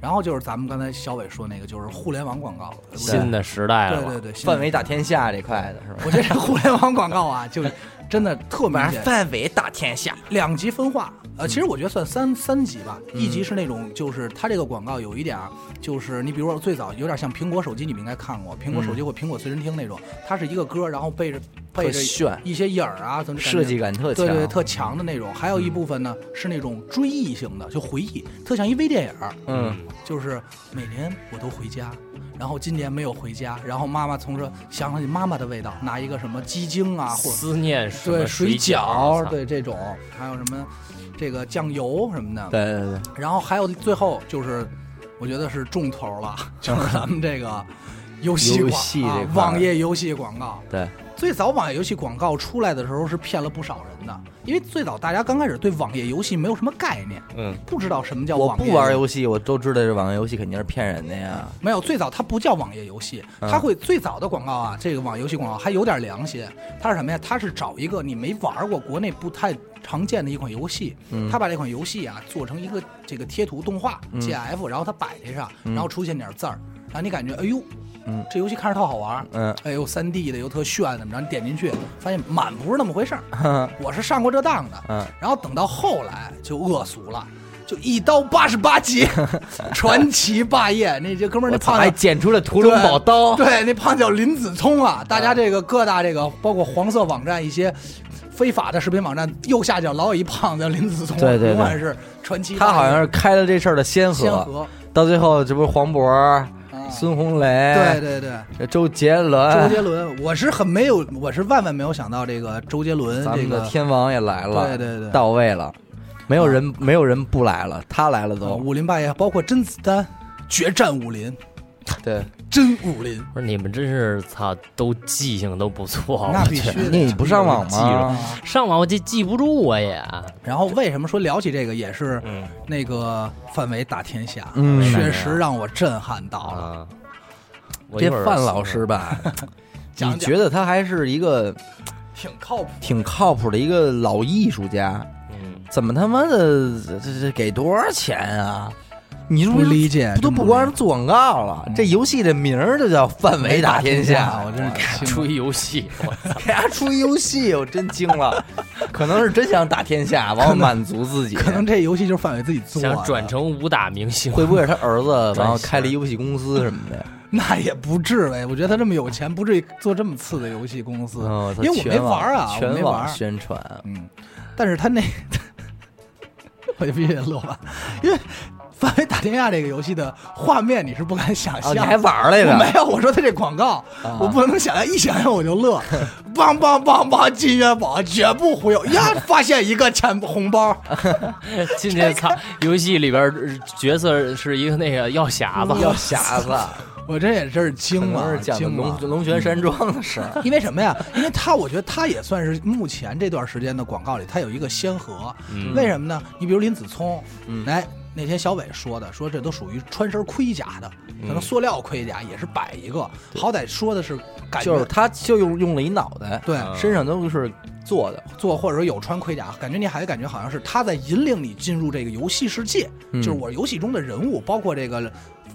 S3: 然后就是咱们刚才小伟说那个，就是互联网广告，
S6: 新的时代
S3: 对
S6: 了，
S3: 对对，新的
S4: 范围大。天下这块的是吧？
S3: 我觉得这互联网广告啊，就是真的特明显，
S4: 哎范嗯围大天下，
S3: 两级分化。呃，其实我觉得算三三级吧，
S4: 嗯
S3: 一级是那种就是它这个广告有一点儿，就是你比如说最早有点像苹果手机，你们应该看过苹果手机或苹果随身听那种，它是一个歌，然后背着背着
S4: 嗯特炫
S3: 一些影儿啊，怎么感觉
S4: 设计感特强，嗯
S3: 对对，特强的那种。还有一部分呢是那种追忆型的，就回忆，特像一微电影儿。
S4: 嗯，
S3: 就是每年我都回家，然后今年没有回家，然后妈妈从这想想起妈妈的味道，拿一个什么鸡精啊，或
S6: 思念什么
S3: 对
S6: 水啊
S3: 饺，
S6: 操
S3: 对这种，还有什么这个酱油什么的，
S4: 对对对，
S3: 然后还有最后就是，我觉得是重头了，
S4: *laughs*
S3: 就是咱们这个游戏
S4: 游
S3: 广
S4: 戏
S3: 啊
S4: 这块儿
S3: 网页游戏广告。
S4: 对，
S3: 最早网页游戏广告出来的时候是骗了不少人的，因为最早大家刚开始对网页游戏没有什么概念，
S6: 嗯，
S3: 不知道什么叫
S4: 我
S3: 网页。嗯
S4: 不玩游戏，我都知道这网页游戏肯定是骗人的呀。
S3: 没有，最早它不叫网页游戏，
S4: 嗯
S3: 它会最早的广告啊，这个网页游戏广告还有点良心，它是什么呀？它是找一个你没玩过、国内不太常见的一款游戏，
S4: 嗯
S3: 它把这款游戏啊做成一个这个贴图动画
S4: 嗯
S3: GIF，、然后它摆这上，
S4: 嗯
S3: 然后出现点字儿，让你感觉哎呦，
S4: 嗯
S3: 这游戏看着特好玩儿，
S4: 嗯，
S3: 哎呦，三 D 的又特炫，怎么着？你点进去发现满不是那么回事儿，我是上过这当的，
S4: 嗯，
S3: 然后等到后来就恶俗了。就一刀八十八级， *laughs* 传奇霸业，那这哥们儿那
S4: 我操
S3: 胖
S4: 还
S3: 子
S4: 捡出了屠龙宝刀，
S3: 对，那胖子叫林子聪啊。大家这个各大这个包括黄色网站一些非法的视频网站右下角老有一胖子叫林子聪啊，
S4: 对对对
S3: 永远是传奇霸业。
S4: 他好像是开了这事儿的先
S3: 先
S4: 河。
S3: 河，
S4: 到最后，这不是黄渤、
S3: 啊
S4: 孙红
S3: 对
S4: 雷、
S3: 对对，
S4: 周杰
S3: 周
S4: 伦，
S3: 杰伦，我是很没有，我是万万没有想到这个周杰伦
S4: 咱
S3: 这
S4: 们
S3: 个
S4: 的天王也来了，
S3: 对对对
S4: 到位了，没有人没有人不来了，他来了
S3: 啊
S4: 都，
S3: 武林霸业，包括甄子丹决战武林，
S4: 对，
S3: 真武林，
S6: 不是你们真是操，都记性都不错。
S3: 那
S6: 我
S3: 必须的。
S4: 你不上网吗？
S6: 上网我记记不住我也，啊
S3: 然后为什么说聊起这个也是那个范围打天下，
S4: 嗯
S3: 确实让我震撼到了。
S6: 啊，我一
S4: 这
S6: 会儿
S4: 范老师吧，
S3: 讲 *laughs*
S4: 你
S3: 讲
S4: 觉得他还是一个
S3: 挺靠谱。
S4: 挺靠谱的一个老艺术家，
S6: 嗯，
S4: 怎么他妈的这这这给多少钱啊？你是
S3: 不
S4: 是
S3: 理解
S4: 不都
S3: 真不
S4: 不
S3: 理
S4: 光是做广告了，这游戏的名儿就叫“范围打天下”，
S3: 啊我真是
S4: 给
S3: 挺
S6: 出一游
S3: *laughs*
S6: 戏，我
S4: 他出一游戏，我真惊了， *laughs* 可能是真想打天下，完后满足自己，
S3: 可能这游戏就是范伟自己做啊的，
S6: 想转成武打明星， *laughs*
S4: 会不会是他儿子，然
S6: 转型
S4: 后开了一游戏公司什么的？
S3: *laughs* 那也不至于。我觉得他这么有钱，不至于做这么次的游戏公司，
S4: 哦他
S3: 因为我没
S4: 全网
S3: 玩啊，我没
S4: 全
S3: 玩
S4: 网
S3: 儿。
S4: 宣传，
S3: 嗯，但是他那， *laughs* 我就必须得乐吧，因为范围打天下这个游戏的画面你是不敢想
S4: 哦，
S3: 象
S4: 你
S3: 的。
S4: 还玩儿来
S3: 我没
S4: 着？
S3: 有，我说他这广告，
S4: 啊
S3: 我不能想象，一想象我就
S4: *laughs*
S3: 乐。梆梆梆梆，金元宝绝不忽悠呀！发现一个钱红包，
S6: 进去操，游戏里边儿角色是一个那个药匣子，
S4: *laughs*
S3: *laughs*
S4: 要匣子，
S3: 我这也真是
S4: 可
S3: 惊
S4: 能
S3: 了，
S4: 是讲的
S3: 惊了嗯
S4: 龙。龙泉山庄的事儿。
S3: *laughs* 因为什么呀？因为他，我觉得他也算是目前这段时间的广告里，他有一个先河。
S4: 嗯
S3: 为什么呢？你比如林子聪，来那天小伟说的，说这都属于穿身盔甲的，可
S4: 嗯
S3: 能塑料盔甲也是摆一个，好歹说的是感
S4: 就是
S3: 觉
S4: 他就用用了一脑袋，
S3: 对
S4: 身上都是做的，
S3: 做或者说有穿盔甲，感觉你还感觉好像是他在引领你进入这个游戏世界，
S4: 嗯
S3: 就是我游戏中的人物，包括这个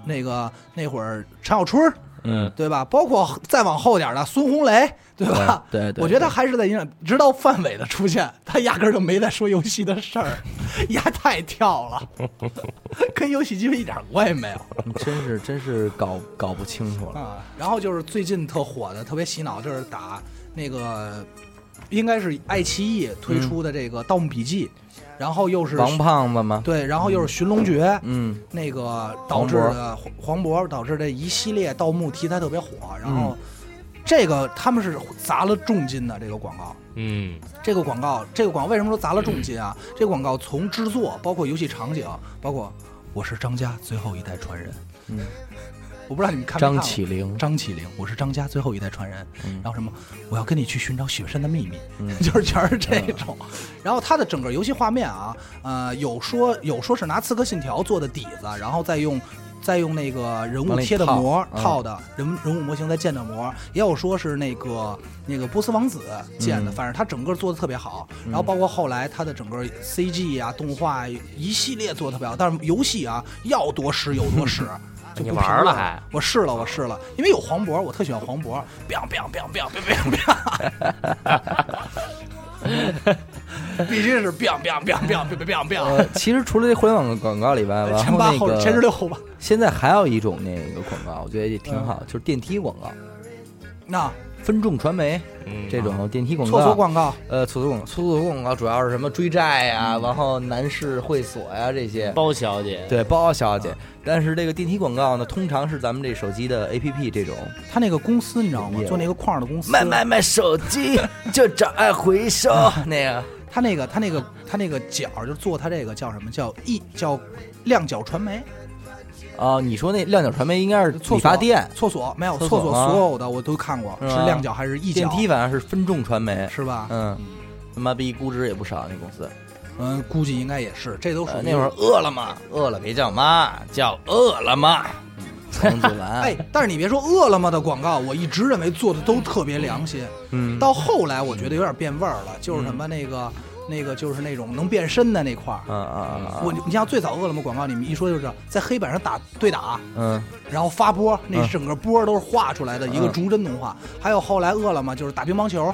S3: 那个那会儿陈小春儿，
S4: 嗯，
S3: 对吧？包括再往后点儿的孙红雷，对吧？
S4: 对对对
S3: 我觉得他还是在影响，直到范伟的出现，他压根儿就没在说游戏的事儿， *laughs* 压太跳了，跟游戏机会一点关系没有。
S4: 嗯真是真是搞搞不清楚了。
S3: 啊，然后就是最近特火的、特别洗脑，就是打那个，应该是爱奇艺推出的这个《盗墓笔记》然后又是
S4: 王胖子吗？
S3: 对，然后又是《寻龙诀》
S4: 嗯，
S3: 那个导致的黄渤导致的一系列盗墓题材特别火，
S4: 嗯
S3: 然后这个他们是砸了重金的这个广告。
S6: 嗯，
S3: 这个广告，这个广告为什么说砸了重金啊？这个广告从制作，包括游戏场景，包括我是张家最后一代传人。
S4: 嗯，
S3: 我不知道你们看没看
S4: 张
S3: 过
S4: 起灵，
S3: 张起灵，我是张家最后一代传人。
S4: 嗯
S3: 然后什么，我要跟你去寻找雪山的秘密， *laughs* 就是全是这
S4: 嗯
S3: 种。然后它的整个游戏画面啊，呃，有说有说是拿《刺客信条》做的底子，然后再用。再用那个人物
S4: 往里
S3: 贴的模
S4: 套嗯
S3: 套的人人物模型再建的模，也有说是那个那个波斯王子建的，
S4: 嗯
S3: 反正他整个做的特别好。然后包括后来他的整个 CG 啊、动画一系列做的特别好，但是游戏啊要多使有多使，就
S6: 你
S3: 不
S6: 玩
S3: 评
S6: 了
S3: 论
S6: 还？
S3: 我试了，我试了，因为有黄渤，我特喜欢黄渤，biang biang biang biang biang biang biang，必须是 biang biang biang biang biang biang biang，
S4: 呃，其实除了这互联网的广告里外，
S3: *laughs*
S4: 然
S3: 前
S4: 后
S3: 八
S4: 那
S3: 后前十六嗯
S4: 个
S3: 吧。
S4: 现在还有一种那个广告，我觉得也挺好，就是电梯广告。
S3: 那
S4: 分众传媒
S6: 嗯
S4: 这种电梯广告、
S3: 啊厕所广告，
S4: 呃，出租广出租广告主要是什么追债呀、
S3: 嗯
S4: 然后男士会所呀、这些。
S6: 包小姐，
S4: 对，包小姐，但是这个电梯广告呢，通常是咱们这手机的 APP 这种
S3: 他那个公司你知道吗
S4: 业务？
S3: 做那个框儿的公司，
S4: 卖卖卖手 *laughs* 机就找爱回收 *laughs* 那个，
S3: 他那个他那个他那个角儿就做他这个叫什么叫一叫亮角传媒
S4: 哦，你说那亮角传媒应该是
S3: 厕所
S4: 理发店、
S3: 厕所没有
S4: 厕
S3: 厕
S4: 所
S3: 所
S4: 吗
S3: 所有的我都看过，
S4: 是
S3: 是
S4: 吧
S3: 亮角还是一
S4: 电
S3: 角
S4: 梯，反正是分众传媒，
S3: 是吧？
S4: 嗯，他妈逼估值也不少那公司。
S3: 嗯，估计应该也是，这都属
S4: 呃
S3: 于
S4: 那会儿。饿了么，饿了别叫妈，叫饿了 *laughs* 么。王子兰，
S3: 哎，但是你别说饿了么的广告，我一直认为做的都特别良心。
S4: 嗯，
S3: 到后来我觉得有点变味儿了，就是什么那个、那个就是那种能变身的那块儿。
S4: 嗯嗯嗯
S3: 我你像最早饿了么广告，你们一说就是在黑板上打对打，
S4: 嗯，
S3: 然后发波，那
S4: 嗯
S3: 整个波都是画出来的一个
S4: 嗯
S3: 逐帧动画。还有后来饿了么就是打乒乓球，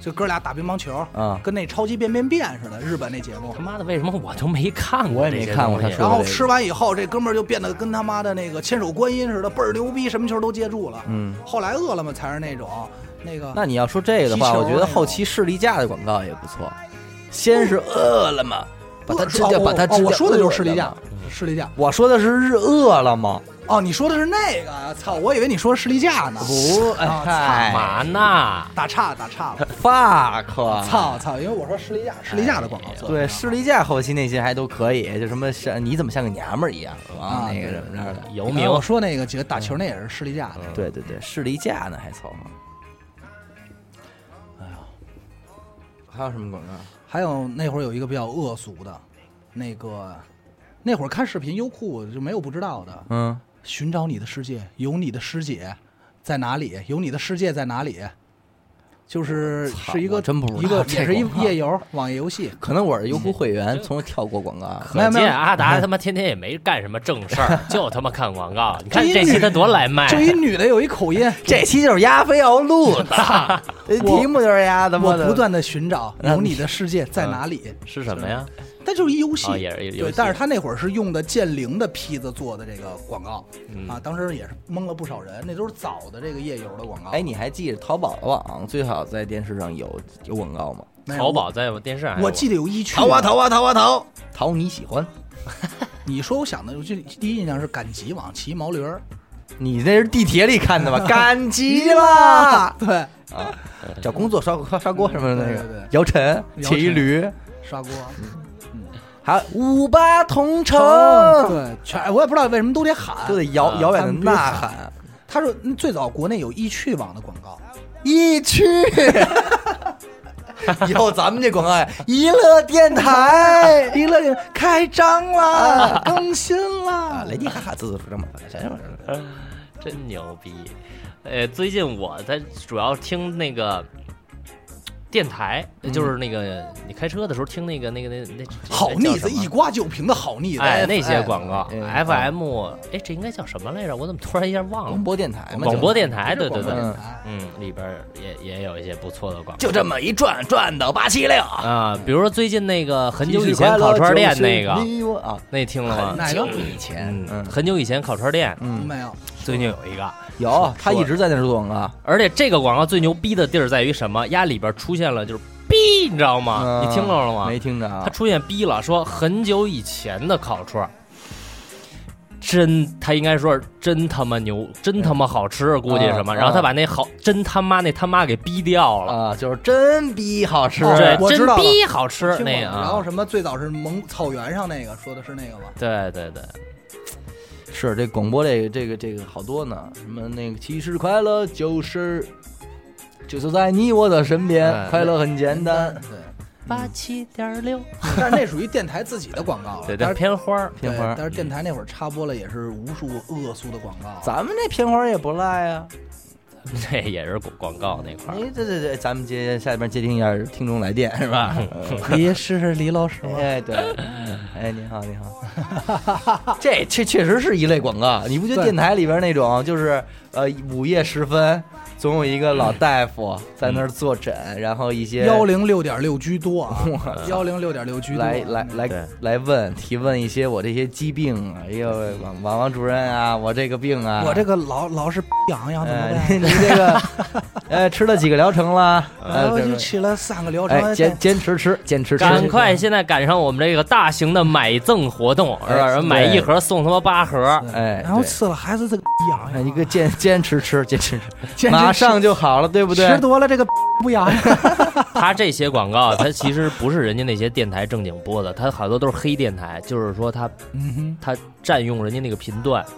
S3: 就哥俩打乒乓球，
S4: 嗯
S3: 跟那超级变变变似的日本那节目
S6: 他。妈的，为什么我都没看过？
S4: 我也没看过他说
S3: 然
S4: 的
S3: 后
S4: 这个
S3: 吃完以后，这哥们儿就变得跟他妈的那个千手观音似的，倍儿牛逼，什么球都接住了。
S4: 嗯，
S3: 后来饿了么才是那种那个
S4: 那你要说这个的
S3: 踢
S4: 话，
S3: 球
S4: 我觉得
S3: 那种
S4: 后期士力架的广告也不错。先是饿了么，把它
S3: 饿
S4: 吃
S3: 是
S4: 掉，
S3: 哦
S4: 把它
S3: 哦
S4: 吃
S3: 我
S4: 掉
S3: 说的就是士力
S4: 饿
S3: 架
S4: 了么，
S3: 士力架。
S4: 我说的是日饿了么，
S3: 哦，你说的是那个，啊操！我以为你说士力架呢。
S4: 不，
S3: 啊
S6: 干
S4: 哎，
S6: 嘛呢？
S3: 打岔打岔了，
S4: fuck，，
S3: 操操！因为我说士力架，士力架的广告啊做的
S4: 哎对，士力架后期那些还都可以，就什么像你怎么像个娘们儿一样，啊，
S3: 啊
S4: 那个
S3: 对
S4: 什么样的，
S6: 游
S3: 你
S6: 民
S3: 看，哎我说那个几个打
S4: 嗯
S3: 球那也是士力架的，
S4: 对对对，士力架呢还凑合。哎呦，还有什么广告？
S3: 还有那会儿有一个比较恶俗的，那个那会儿看视频，优酷就没有不知道的。
S4: 嗯，
S3: 寻找你的世界，有你的师姐在哪里？有你的世界在哪里？就是
S4: 操
S3: 是一
S4: 我
S3: 个
S4: 真不知道
S3: 一个
S4: 这
S3: 也是一
S4: 广告
S3: 页游网页游戏，
S4: 可能我是优
S3: 嗯
S4: 酷会员，从来跳过广告。
S3: 没有
S6: 可
S3: 没有
S6: 见阿
S3: *laughs*
S6: 达他妈天天也没干什么正事儿，就他妈看广告。你看
S3: 这一
S6: 这期
S3: 女
S6: 他多来卖，啊
S3: 就一女的有一口音，
S4: 哎 *laughs* 这期就是丫非要录的，这
S3: *laughs* 我
S4: 题目就是丫的，
S3: 我
S4: 的嗯
S3: 不断的寻
S4: *laughs*
S3: 找
S4: 那
S3: 有
S4: 你
S3: 你的世界在哪里？
S6: 是什么呀？
S3: 但就是一游戏，
S6: 哦也是一游
S3: 对
S6: 戏，
S3: 但是他那会儿是用的剑灵的坯子做的这个广告、
S6: 嗯
S3: 啊，当时也是蒙了不少人，那都是早的这个页游的广告。
S4: 哎，你还记着淘宝网最好在电视上有有广告吗？
S3: 没有
S6: 淘宝在电视上还有，
S3: 我记得有一区，
S4: 淘啊淘啊淘，淘你喜欢？
S3: 你说我想的，我就第一印象是赶集网骑毛驴儿，
S4: 你那是地铁里看
S3: *laughs*
S4: 的吧？赶集啦！
S3: 对，
S4: 找工作刷锅刷锅什么的那
S3: 对对
S4: 个
S3: 对，
S4: 姚晨
S3: 姚晨
S4: 骑一驴，
S3: 刷锅，
S4: 嗯还有五八同城，
S3: 对，全我也不知道为什么都得喊
S4: 都。得遥
S6: 啊
S4: 遥远的
S3: 他们必须
S4: 呐
S3: 喊
S4: 喊。
S3: 他说嗯最早国内有易趣网的广告，
S4: 啊一
S3: *laughs*
S4: 区，以后咱们这广告呀，娱乐电台，
S3: *laughs*
S4: 啊
S3: 娱乐电开张啦，更新啦，
S4: 雷迪哈哈，自自这么谁玩意
S6: 真牛逼。呃，最近我在主要听那个电台，就是那个你开车的时候听那个那个那那
S3: 好腻子，
S6: 子
S3: 一刮就平的好腻子，
S6: 哎那些广告
S4: 嗯
S6: FM 哎这应该叫什么来着？我怎么突然一下忘
S4: 广
S6: 了？
S4: 播电台嘛，
S6: 广播电
S4: 台，
S6: 台，对对对
S3: 广播，
S4: 嗯
S3: 电台
S6: 嗯，里边儿也也有一些不错的广告
S4: 就这么一转，转到八七六。
S6: 啊，比如说最近那个很久以前烤串店那个，
S4: 啊，
S6: 那听了吗？
S3: 哪个
S4: 以前
S6: 嗯，很久以前烤串店，
S4: 嗯
S3: 没有，
S6: 最近有一个，
S4: 有，他一直在那儿做广告。
S6: 而且这个广告最牛逼的地儿在于什么？呀，里边出现了就是“逼”，你知道吗？
S4: 嗯
S6: 你听到了吗？
S4: 没听着啊
S6: 他？出现“逼”了，说很久以前的烤串儿，真他应该说是真他妈牛，真他妈好吃，估计是什么？
S4: 嗯
S6: 然后他把那好真他妈那他妈给逼掉了，
S4: 啊，就是真逼好吃。
S3: 哦
S6: 对，
S3: 我知
S6: 真
S3: 道了
S6: 逼好吃
S3: 听过
S6: 那个
S3: 然后
S6: 啊，
S3: 什么最早是蒙草原上那个，说的是那个吗？
S6: 对对对，
S4: 是这广播这个这个这个好多呢，什么那个其实快乐就是就是在你我的身边，
S6: 哎
S4: 快乐很简单。
S3: 对，
S6: 八七点六，
S3: 但是那属于电台自己的广告了。
S6: 对，
S3: 但
S6: 这
S3: 是
S6: 偏花儿， *laughs*
S4: 片
S3: 对
S4: 花儿
S3: 但是电台那会儿插播了也是无数恶俗的广告。
S4: 咱们这片花儿也不赖啊。
S6: 那也是广广告那块儿
S4: 哎，对对对，咱们接下边接听一下听众来电是吧？
S3: 嗯你是 *laughs* 李老师？
S4: 哎，对，哎，你好，你好，这确确实是一类广告，你不觉得
S3: 对
S4: 电台里边那种就是呃午夜时分，总有一个老大夫在那儿坐诊，然后一些
S3: 幺零六点六居多啊，幺零六点六居多。啊
S4: 来来来
S6: 对
S4: 来问提问一些我这些疾病啊，哎呦，王王王主任啊，我这个病啊，
S3: 我这个老老是痒痒怎么 *laughs*
S4: 呃，
S3: 办？
S4: 您您这个，呃，吃了几个疗程了？ *laughs*
S3: 然后
S4: 呃，
S3: 就起了三个疗程，
S4: 哎，坚坚持吃，坚持吃，哎
S6: 赶快现在赶上我们这个大型的买赠活动，是吧？人买一盒送他妈八盒，
S4: 哎，
S3: 然后
S4: 对
S3: 吃了还是这个痒
S4: 哎
S3: 痒，啊
S4: 一个坚坚持吃， *laughs* 坚持
S3: 坚持吃
S4: 吃，马上就好了，对不对
S3: 吃？多了这个不痒痒，
S6: 他这些广告，他其实不是人家那些电台正经播的，他好多都是黑电台，就是说他
S3: 嗯
S6: 他占用人家那个频段。
S4: *laughs* 嗯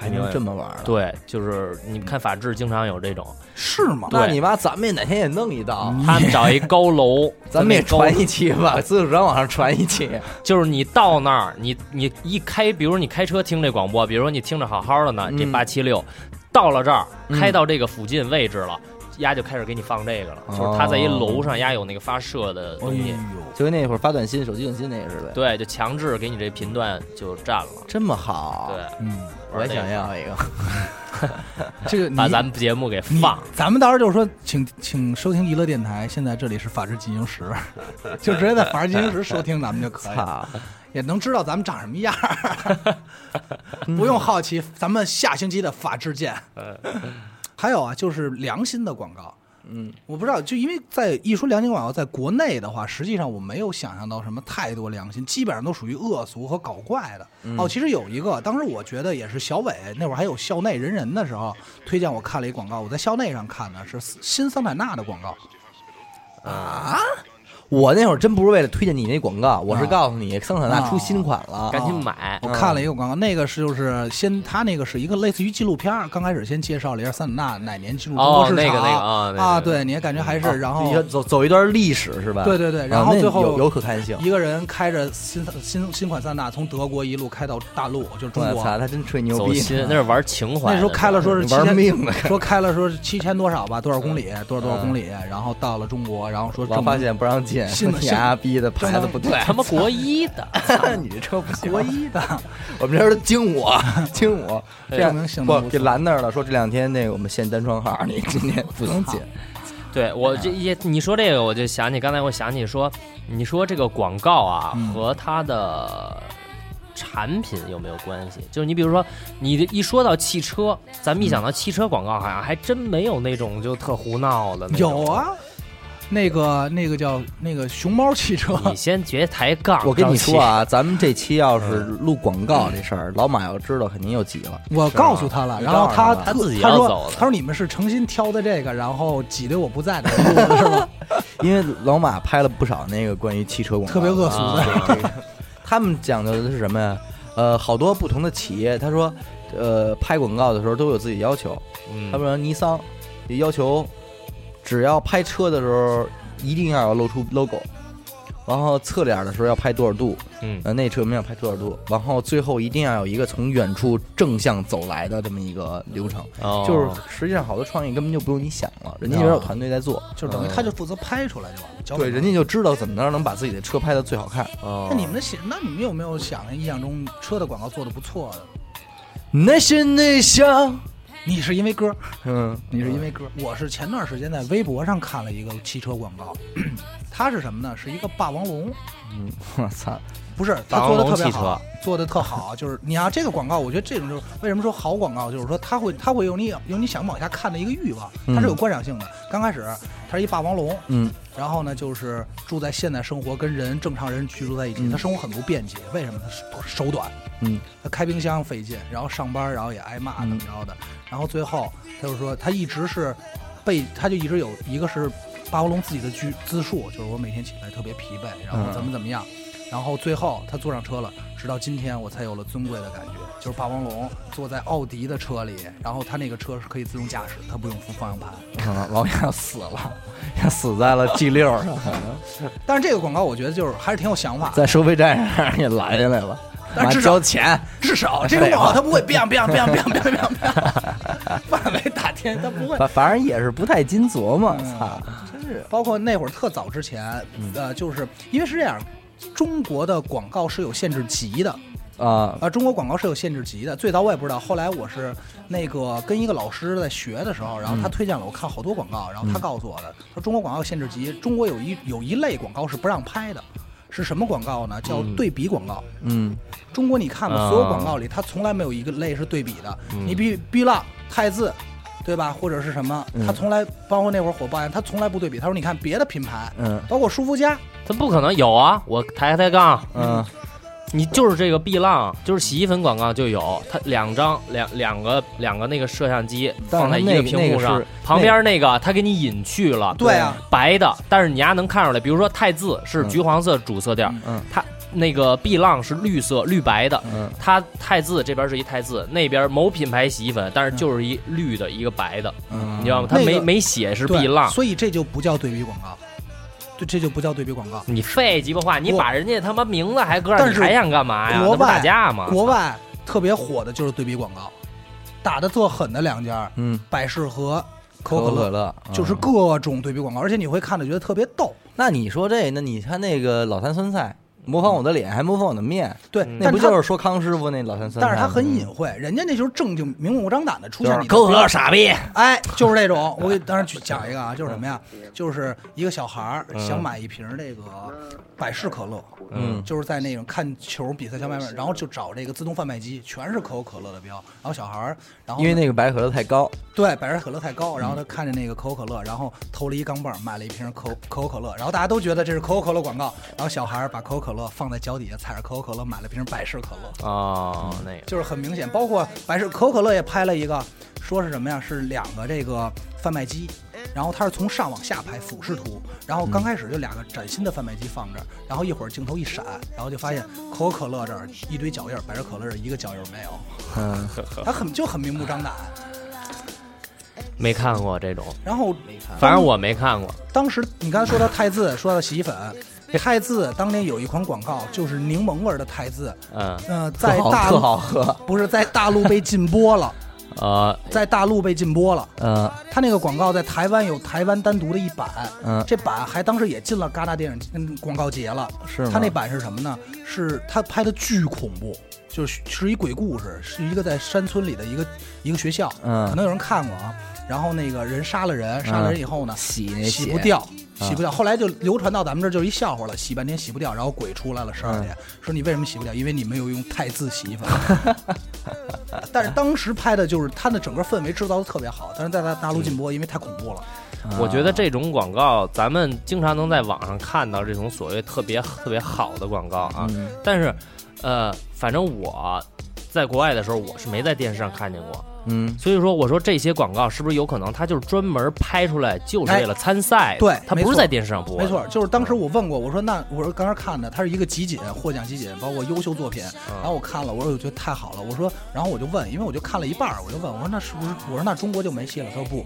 S4: 还能这么玩儿？
S6: 对，就是你看法制经常有这种，
S3: 哼， *laughs* 是吗？
S4: 那你妈，咱们也哪天也弄一道，
S6: 他们找一高楼，
S4: 嗯 *laughs* 咱们也
S6: 高
S4: 传一期 *laughs* 吧，自主张网上传一 *laughs* 期。
S6: 就是你到那儿，你你一开，比如你开车听这广播，比如说你听着好好的呢，这
S4: 嗯
S6: 八七六，到了这儿，
S4: 嗯
S6: 开到这个附近位置了。丫就开始给你放这个了，就是他在一楼上，丫有那个发射的
S3: 哎
S6: 东西，
S3: 呦，
S4: 就跟那会儿发短信、手机短信那也是呗。，
S6: 对，就强制给你这频段就占了，
S4: 这么好，
S6: 对，
S3: 嗯，
S4: 我也想要一个。
S3: 这个你
S6: 把咱们节目给
S3: 你
S6: 放，
S3: 咱们到时候就是说，请请收听娱乐电台，现在这里是法制进行时， *laughs* 就直接在法制进行时收听咱们就可以了，
S4: 操，
S3: 也能知道咱们长什么样儿，不用好奇，咱们下星期的法制见。 *laughs* 还有啊，就是良心的广告。嗯，我不知道，就因为在一说良心广告，在国内的话，实际上我没有想象到什么太多良心，基本上都属于恶俗和搞怪的。哦，其实有一个，当时我觉得也是小伟那会儿还有校内人人的时候，推荐我看了一广告，我在校内上看的是新桑塔纳的广告。
S4: 我那会儿真不是为了推荐你那广告，我是
S3: 啊
S4: 告诉你桑塔纳出新款
S6: 赶
S4: 了。
S6: 紧买
S3: 我。看了一个广告，那个是就是先，他那个是一个类似于纪录片儿，刚开始先介绍了一下桑塔纳哪年进入中国
S6: 哦
S3: 市场，
S6: 那个那个啊那个
S3: 啊，对，你也感觉还是，然后
S4: 要走走一段历史是吧？
S3: 对对对
S4: 啊
S3: 然后
S4: 那
S3: 最后
S4: 有有可看性。哎
S3: 一个人开着新新新款桑塔纳从德国一路开到大陆，就是中
S4: 我
S3: 国。
S4: 操，他真吹牛
S6: 走
S4: 逼！
S6: 心，
S4: *laughs*
S6: 那是玩情怀的。
S3: 那时候开了说是
S4: 玩
S3: 7000
S4: 命的
S3: 说开了说是七千多少吧，多少公里，多少多少公里，然后到了中国，然后说
S4: 我
S3: 正
S4: 发现不让进，
S3: 信
S4: 说 *laughs* 你丫逼的牌子不对，
S6: 他妈国一的，
S3: *laughs*
S4: 你这车不行。
S3: 国一的，
S4: *laughs* 我们这人都惊我，
S3: *laughs*
S4: 惊我，这
S3: 证明性能
S4: 样不
S3: 不错
S4: 给拦那儿了。说这两天那个我们限单双
S3: *laughs*
S4: 号，你今天不能进。
S6: 对
S4: 哎
S6: 我这也你说这个，我就想起刚才我想起说，你说这个广告啊、
S3: 嗯
S6: 和它的产品有没有关系？就是你比如说，你一说到汽车，咱
S4: 嗯
S6: 们一想到汽车广告，好像还真没有那种就特胡闹的那种。
S3: 有，啊，那个那个叫那个熊猫汽车，
S6: 你先别抬杠。
S4: 我跟你说
S6: 着急，
S4: 啊，咱们这期要是
S3: 嗯
S4: 录广告这事儿，老马要知道肯定又急了。
S3: 我告诉他了，
S4: 你
S3: 然后
S4: 告
S3: 他
S4: 诉他了
S6: 他自己
S3: 他
S6: 要
S3: 说
S6: 走的
S3: 他说你们是诚心挑的这个，然后挤得我不在
S4: *laughs*
S3: 的路子是吧？
S4: 因为老马拍了不少那个关于汽车广告，啊
S3: 特别恶俗的， *laughs*
S4: 他们讲究的是什么呀？呃，好多不同的企业，他说，呃，拍广告的时候都有自己要求。
S6: 嗯
S4: 他们尼桑也要求，只要拍车的时候一定要有露出 logo，然后侧脸的时候要拍多少度，
S6: 嗯
S4: 呃，内侧面要拍多少度，然后最后一定要有一个从远处正向走来的这么一个流程。
S6: 哦
S4: 就是实际上好多创意根本就不用你想了，人家就有团队在做，
S3: 哦就等于他就负责拍出来就完了。交给
S4: 嗯对，
S3: 他哦
S4: 人家就嗯知道怎么着能把自己的车拍的最好看。
S3: 那你们的写，那你们有没有想印象中车的广告做的不错的？
S4: 那些内向，
S3: 你是因为歌，
S4: 嗯，
S3: 你是因为歌。我是前段时间在微博上看了一个汽车广告， *clears throat* 它是什么呢？是一个霸王龙，
S4: 嗯， *laughs* 我操，
S3: 不是它做的特别
S6: 霸王
S3: 好，做的特好。 *laughs* 就是你要、这个广告，我觉得这种就是为什么说好广告，就是说它会它会有你有你想往下看的一个欲望，它是有观赏性的。刚开始它是一霸王龙，
S4: 嗯，
S3: 然后呢，就是住在现代生活，跟人正常人居住在一起，
S4: 嗯
S3: 他生活很不便捷。为什么？他手手短，
S4: 嗯，
S3: 他开冰箱费劲，然后上班，然后也挨骂，怎么着
S4: 嗯
S3: 的。然后最后他就说，他一直是被，他就一直有一个是霸王龙自己的居自述，就是我每天起来特别疲惫，然后怎么怎么样。
S4: 嗯
S3: 然后最后他坐上车了，直到今天我才有了尊贵的感觉，就是霸王龙坐在奥迪的车里，然后他那个车是可以自动驾驶，他不用扶方向盘。
S4: 啊，老杨要死了，要死在了 G 六上，
S3: *laughs* 但是这个广告我觉得就是还是挺有想法的。
S4: 在收费站上也拦下来了，
S3: 但
S4: 妈
S3: 至少
S4: 交钱，
S3: 至少这种网它不会 biang biang biang biang biang biang biang 范围打天，它不会。
S4: 反反正也是不太经琢磨，
S3: 嗯
S4: 操，真是，
S3: 包括那会儿特早之前，呃，就是因为是这样，中国的广告是有限制级的，
S4: 啊，
S3: 啊，中国广告是有限制级的。最早我也不知道，后来我是那个跟一个老师在学的时候，然后他推荐了我看好多广告，然后他告诉我的，说中国广告有限制级，中国有一有一类广告是不让拍的，是什么广告呢？叫对比广告。
S4: 嗯，
S3: 中
S4: 嗯
S6: 嗯
S3: 国你看过所有广告里，它从来没有一个类是对比的。你比比浪、汰渍、对吧？或者是什么？
S4: 嗯
S3: 他从来包括那会儿火爆他从来不对比。他说：“你看别的品牌，
S4: 嗯
S3: 包括舒肤佳，
S6: 它不可能有啊！我抬抬杠，
S4: 嗯
S6: 你就是这个碧浪，就是洗衣粉广告就有，它两张两两个两个那个摄像机
S4: 但是
S6: 放在一
S4: 那个
S6: 屏
S4: 那个
S6: 幕
S4: 是
S6: 上，
S4: 那个
S6: 旁边那个它给你隐去了，
S3: 对啊，嗯
S6: 白的，但是你丫能看出来，比如说泰字是橘黄色主色调，
S4: 嗯
S6: 它那个碧浪是绿色绿白的，
S4: 嗯，
S6: 它泰字这边是一泰字，那边某品牌洗衣粉，但是就是一绿的一个白的，
S4: 嗯
S6: 你知道吗？它
S3: 嗯那个
S6: 没没写是
S3: 对
S6: 碧浪。
S3: 所以这就不叫对比广告，对，这就不叫对比广告。
S6: 你废鸡巴话，你
S3: 我
S6: 把人家他妈名字还搁上，
S3: 但
S6: 你
S3: 是
S6: 还想干嘛呀？
S3: 国
S6: 那不
S3: 外
S6: 打架吗？
S3: 国外特别火的就是对比广告，打的特狠的两家，
S4: 嗯，
S3: 百事和可
S4: 可
S3: 口可乐，
S4: 乐嗯
S3: 就是各种对比广告，而且你会看着觉得特别逗。
S4: 那你说这，那你看那个老坛酸菜，模仿我的脸，还模仿我的面，
S3: 对，
S4: 嗯那
S3: 但
S4: 不
S3: 是他
S4: 就是说康师傅那老坛酸菜吗？
S3: 但是他很隐晦，人家那就是正经明目张胆的出
S4: 就是
S3: 现你的
S4: 可口可乐傻逼，
S3: 哎，就是这种。我给当时举讲一个啊，就是什么呀？就是一个小孩儿想买一瓶这个百事可乐，
S4: 嗯
S3: 就是在那种看球比赛想买，然后就找这个自动贩卖机，全是可口可乐的标。然后小孩儿，然后
S4: 因为那个嗯白可乐太高，
S3: 对百事可乐太高，然后他看着那个可口可乐，然后偷了一钢镚儿买了一瓶可口可口可乐，然后大家都觉得这是可口可乐广告，然后小孩儿把可口可乐放在脚底下踩着可口可乐买了瓶百事可乐。
S6: 哦，那个
S3: 就是很明显，包括百事可口可乐也拍了一个，说是什么呀？是两个这个贩卖机，然后它是从上往下拍俯视图，然后刚开始就两个崭新的贩卖机放这儿，然后一会儿镜头一闪，然后就发现可口可乐这儿一堆脚印儿，百事可乐这儿一个脚印儿没有，
S4: 嗯，
S3: 它很就很明目张胆。
S6: 没看过这种，
S3: 然后
S6: 反正我没看过。
S3: 当时你刚才说到汰渍，说到洗衣粉，汰渍当年有一款广告就是柠檬味儿的汰渍，
S6: 嗯，
S3: 呃，在
S4: 特好
S3: 大
S4: 特好
S3: 陆
S4: 喝，
S3: 不是在大陆被禁播了，
S6: 呃，
S3: 在大陆被禁播了。
S4: 嗯
S3: 他那个广告在台湾有台湾单独的一版，
S4: 嗯，
S3: 这版还当时也进了戛纳电影嗯广告节了。
S4: 是吗？
S3: 他那版是什么呢？是他拍的巨恐怖，就是是一鬼故事，是一个在山村里的一个一个学校，
S4: 嗯
S3: 可能有人看过啊。然后那个人杀了人，杀了人以后呢，
S4: 洗那
S3: 洗
S4: 血啊
S3: 不，掉，洗不掉。后来就流传到咱们这儿就是一笑话了，洗半天洗不掉，然后鬼出来了，十二点、
S4: 嗯
S3: 说你为什么洗不掉？因为你没有用汰渍洗衣粉。 *laughs* 但是当时拍的就是它的整个氛围制造的特别好，但是在大大陆禁播，因为太恐怖了。
S6: 我觉得这种广告，咱们经常能在网上看到这种所谓特别特别好的广告啊。
S4: 嗯
S6: 但是，呃，反正我在国外的时候，我是没在电视上看见过。
S4: 嗯
S6: 所以说，我说这些广告是不是有可能它就是专门拍出来就是为了参赛的？
S3: 对
S6: 它
S3: 没
S6: 不
S3: 错
S6: 是在电视上播。
S3: 没错，，就是当时
S4: 嗯
S3: 我问过，我说那我说刚才看的，它是一个集锦，获奖集锦，包括优秀作品。
S4: 嗯
S3: 然后我看了，我说我觉得太好了，我说，然后我就问，因为我就看了一半儿，我就问我说那是不是？我说那中国就没戏了？他说不，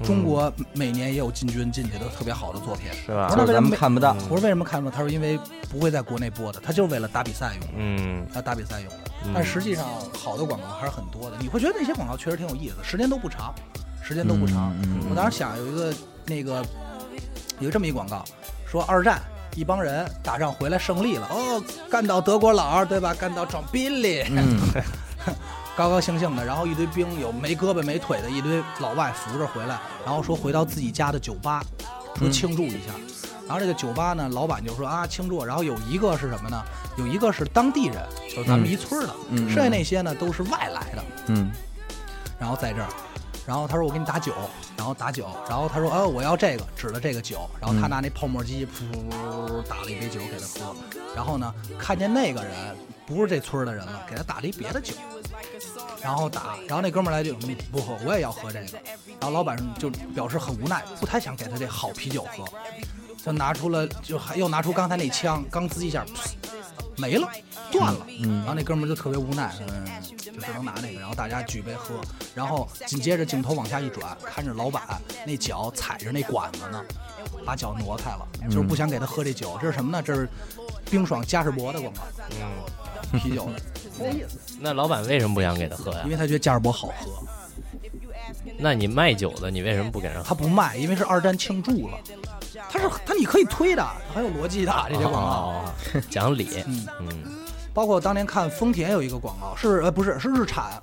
S4: 嗯
S3: 中国每年也有进军进去的特别好的作品，
S6: 是吧
S3: 我说那为什
S4: 咱
S3: 么
S4: 们
S3: 没
S4: 看不到
S3: 我说为什么看不到？他说因为不会在国内播的，他就是为了打比赛用的，
S6: 嗯，
S3: 他打比赛用的。但实际上好的广告还是很多的，你会觉得那些广告确实挺有意思，时间都不长，时间都不长。
S4: 嗯嗯
S3: 我当时想有一个那个有这么一广告，说二战一帮人打仗回来胜利了，哦，干到德国佬儿对吧？干到爽宾利，
S4: 嗯，
S3: 高高兴兴的，然后一堆兵有没胳膊没腿的一堆老外扶着回来，然后说回到自己家的酒吧，说庆祝一下。然后这个酒吧呢，老板就说啊庆祝，然后有一个是什么呢？有一个是当地人，就是咱们一村儿的，
S4: 嗯嗯
S3: 剩下那些呢都是外来的。
S4: 嗯
S3: 然后在这儿，然后他说我给你打酒，然后打酒，然后他说呃我要这个，指了这个酒，然后他拿那泡沫机噗噗噗打了一杯酒给他喝，然后呢看见那个人不是这村儿的人了，给他打了一别的酒，然后打，然后那哥们儿来句嗯不喝，我也要喝这个，然后老板就表示很无奈，不太想给他这好啤酒喝，就拿出了就还又拿出刚才那枪，刚滋一下。噗没了，断了。然后那哥们儿就特别无奈，嗯，就只能拿那个，然后大家举杯喝。然后紧接着镜头往下一转，看着老板那脚踩着那管子呢，把脚挪开了，就是不想给他喝这酒。这是什么呢？这是冰爽嘉士伯的广告，嗯，啤酒的，
S6: 那老板为什么不想给他喝呀
S3: 因？为他觉得嘉士伯好喝。
S6: 那你卖酒的，你为什么不给人喝？
S3: 他不卖，因为是二战庆祝了。他是他，你可以推的，很有逻辑的啊这些广告。
S6: 哦，讲理。
S3: 嗯
S6: 嗯
S3: 包括我当年看丰田有一个广告，是呃不是是日产，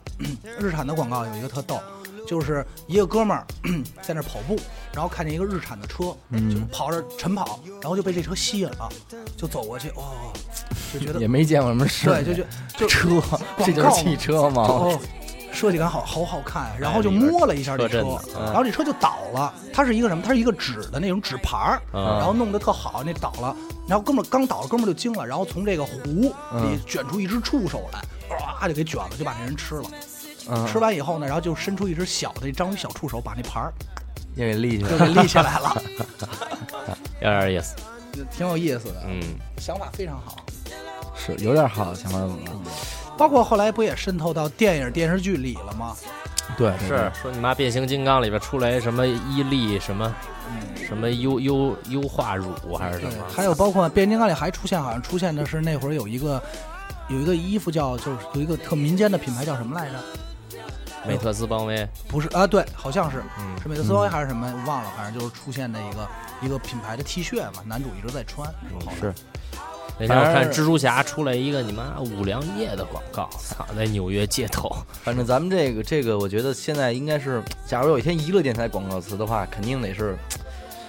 S3: 日产的广告有一个特逗，就是一个哥们儿 *clears throat* 在那儿跑步，然后看见一个日产的车，就跑着晨跑，然后就被这车吸引了，就走过去，哦，就觉得
S4: 也没见过什么事，
S3: 对，就觉就
S4: 车，
S3: 广
S4: *laughs* 这就
S3: 告
S4: 是
S3: 嘛
S4: 汽车 *laughs*
S3: 就
S4: 哎吗？
S3: 哦设计感好好好看，然后就摸了一下这车
S6: 车震子，嗯
S3: 然后这车就倒了。它是一个什么？它是一个纸的那种纸牌儿，
S6: 嗯
S3: 然后弄得特好，那倒了。然后哥们儿刚倒了，哥们儿就惊了，然后从这个湖
S4: 嗯
S3: 里卷出一只触手来，唰就给卷了，就把那人吃了。
S4: 嗯
S3: 吃完以后呢，然后就伸出一只小的章鱼小触手，把那牌儿
S4: 也给立起
S3: 就
S4: 来。
S3: 给立起来
S4: *laughs*
S3: 了，
S6: 有点意思。
S3: 挺有意思的，
S6: 嗯，
S3: 想法非常好。
S4: 是有点好想法怎么
S3: 包括后来不也渗透到电影电视剧里了吗？
S4: 对，
S6: 是嗯说你妈变形金刚里边出来什么伊利什么什么优优优化乳还是什
S3: 对
S4: 嗯
S6: 么，？
S3: 还有包括变形金刚里还出现，好像出现的是那会儿有一个有一个衣服叫就是有一个特民间的品牌叫什么来着？
S6: 美特斯邦威，
S3: 不是啊，对，好像是
S6: 嗯
S3: 是美特斯邦威还是什么，我忘了，反正就是出现的一个一个品牌的 T 恤嘛，男主一直在穿。
S4: 嗯
S3: 后来
S4: 是
S6: 那天我看蜘蛛侠出来一个你妈五粮液的广告，操，在纽约街头，
S4: 反正咱们这个这个，我觉得现在应该是，假如有一天娱乐电台广告词的话，肯定得是，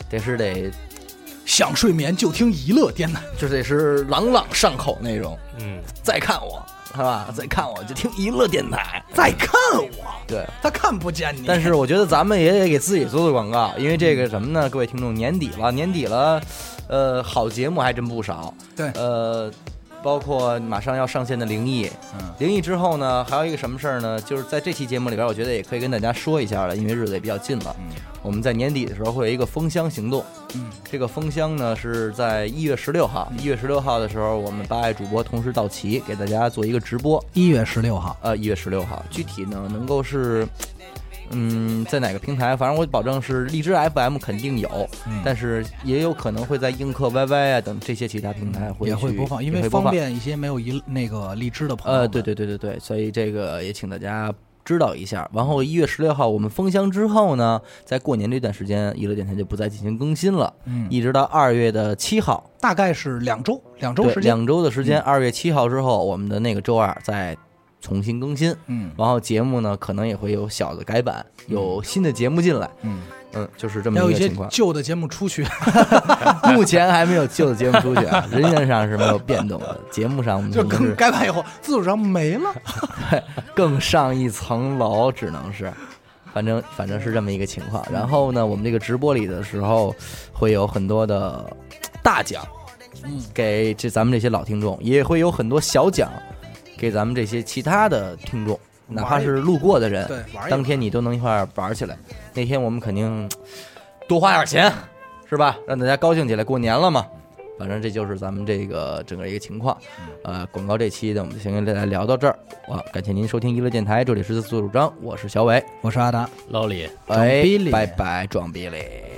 S4: 得是得
S3: 想睡眠就听娱乐电台，
S4: 就得是朗朗上口那种。
S6: 嗯，
S4: 再看我，是吧？再看我就听娱乐电台。
S3: 再看我，
S4: 对，
S3: 他看不见你。
S4: 但是我觉得咱们也得给自己做做广告，因为这个什么呢？各位听众，年底了，年底了，呃，好节目还真不少。
S3: 对
S4: 呃，包括马上要上线的《灵异》，
S3: 嗯，
S4: 灵异之后呢，还有一个什么事儿呢？就是在这期节目里边，我觉得也可以跟大家说一下了，因为日子也比较近了。
S3: 嗯
S4: 我们在年底的时候会有一个封箱行动，
S3: 嗯
S4: 这个封箱呢是在一月十六号，一月十六号的时候，我们八位主播同时到齐，给大家做一个直播。
S3: 一月十六号，
S4: 呃，一月十六号，具体呢能够是，嗯，在哪个平台？反正我保证是荔枝 FM 肯定有，
S3: 嗯
S4: 但是也有可能会在映客 YY 啊等这些其他平台会
S3: 也会
S4: 去
S3: 播放，因
S4: 也
S3: 为
S4: 会播
S3: 方
S4: 放。
S3: 便一些没有一那个荔枝的朋友。
S4: 呃，对，对对对对，所以这个也请大家。知道一下，然后一月十六号我们封箱之后呢，在过年这段时间，娱乐电台就不再进行更新了，
S3: 嗯
S4: 一直到二月的七号，
S3: 大概是两周，两周
S4: 对
S3: 时间。嗯
S4: 两周的时间，二月七号之后，我们的那个周二再重新更新，
S3: 嗯
S4: 然后节目呢可能也会有小的改版，有新的节目进来，
S3: 嗯，
S4: 嗯，就是这
S3: 还
S4: 么
S3: 有一
S4: 一个
S3: 些 *laughs*
S4: 情况。嗯
S3: 旧的节目出去，
S4: 目前还没有旧的节目出去啊， *laughs* 人员上是没有变动的，节目上我们
S3: 就
S4: 可能
S3: 更
S4: 嗯是
S3: 改版以后，自主上没了。
S4: 更上一层楼，只能是。反正反正是这么一个情况，然后呢，我们这个直播里的时候，会有很多的大奖，
S3: 嗯，
S4: 给这咱们这些老听众，也会有很多小奖，给咱们这些其他的听众，哪怕是路过的人，
S3: 对玩一
S4: 当天你都能一块儿玩起来。那天我们肯定多花点钱，是吧？让大家高兴起来，过年了嘛。反正这就是咱们这个整个一个情况，
S3: 嗯
S4: 呃，广告这期呢，我们就先跟大家聊到这儿。哇，感谢您收听娱乐电台，这里是自作主张，我是小伟，
S3: 我是阿达。
S6: 老李。
S4: 哎
S3: 逼，脸
S4: 拜拜，装逼嘞。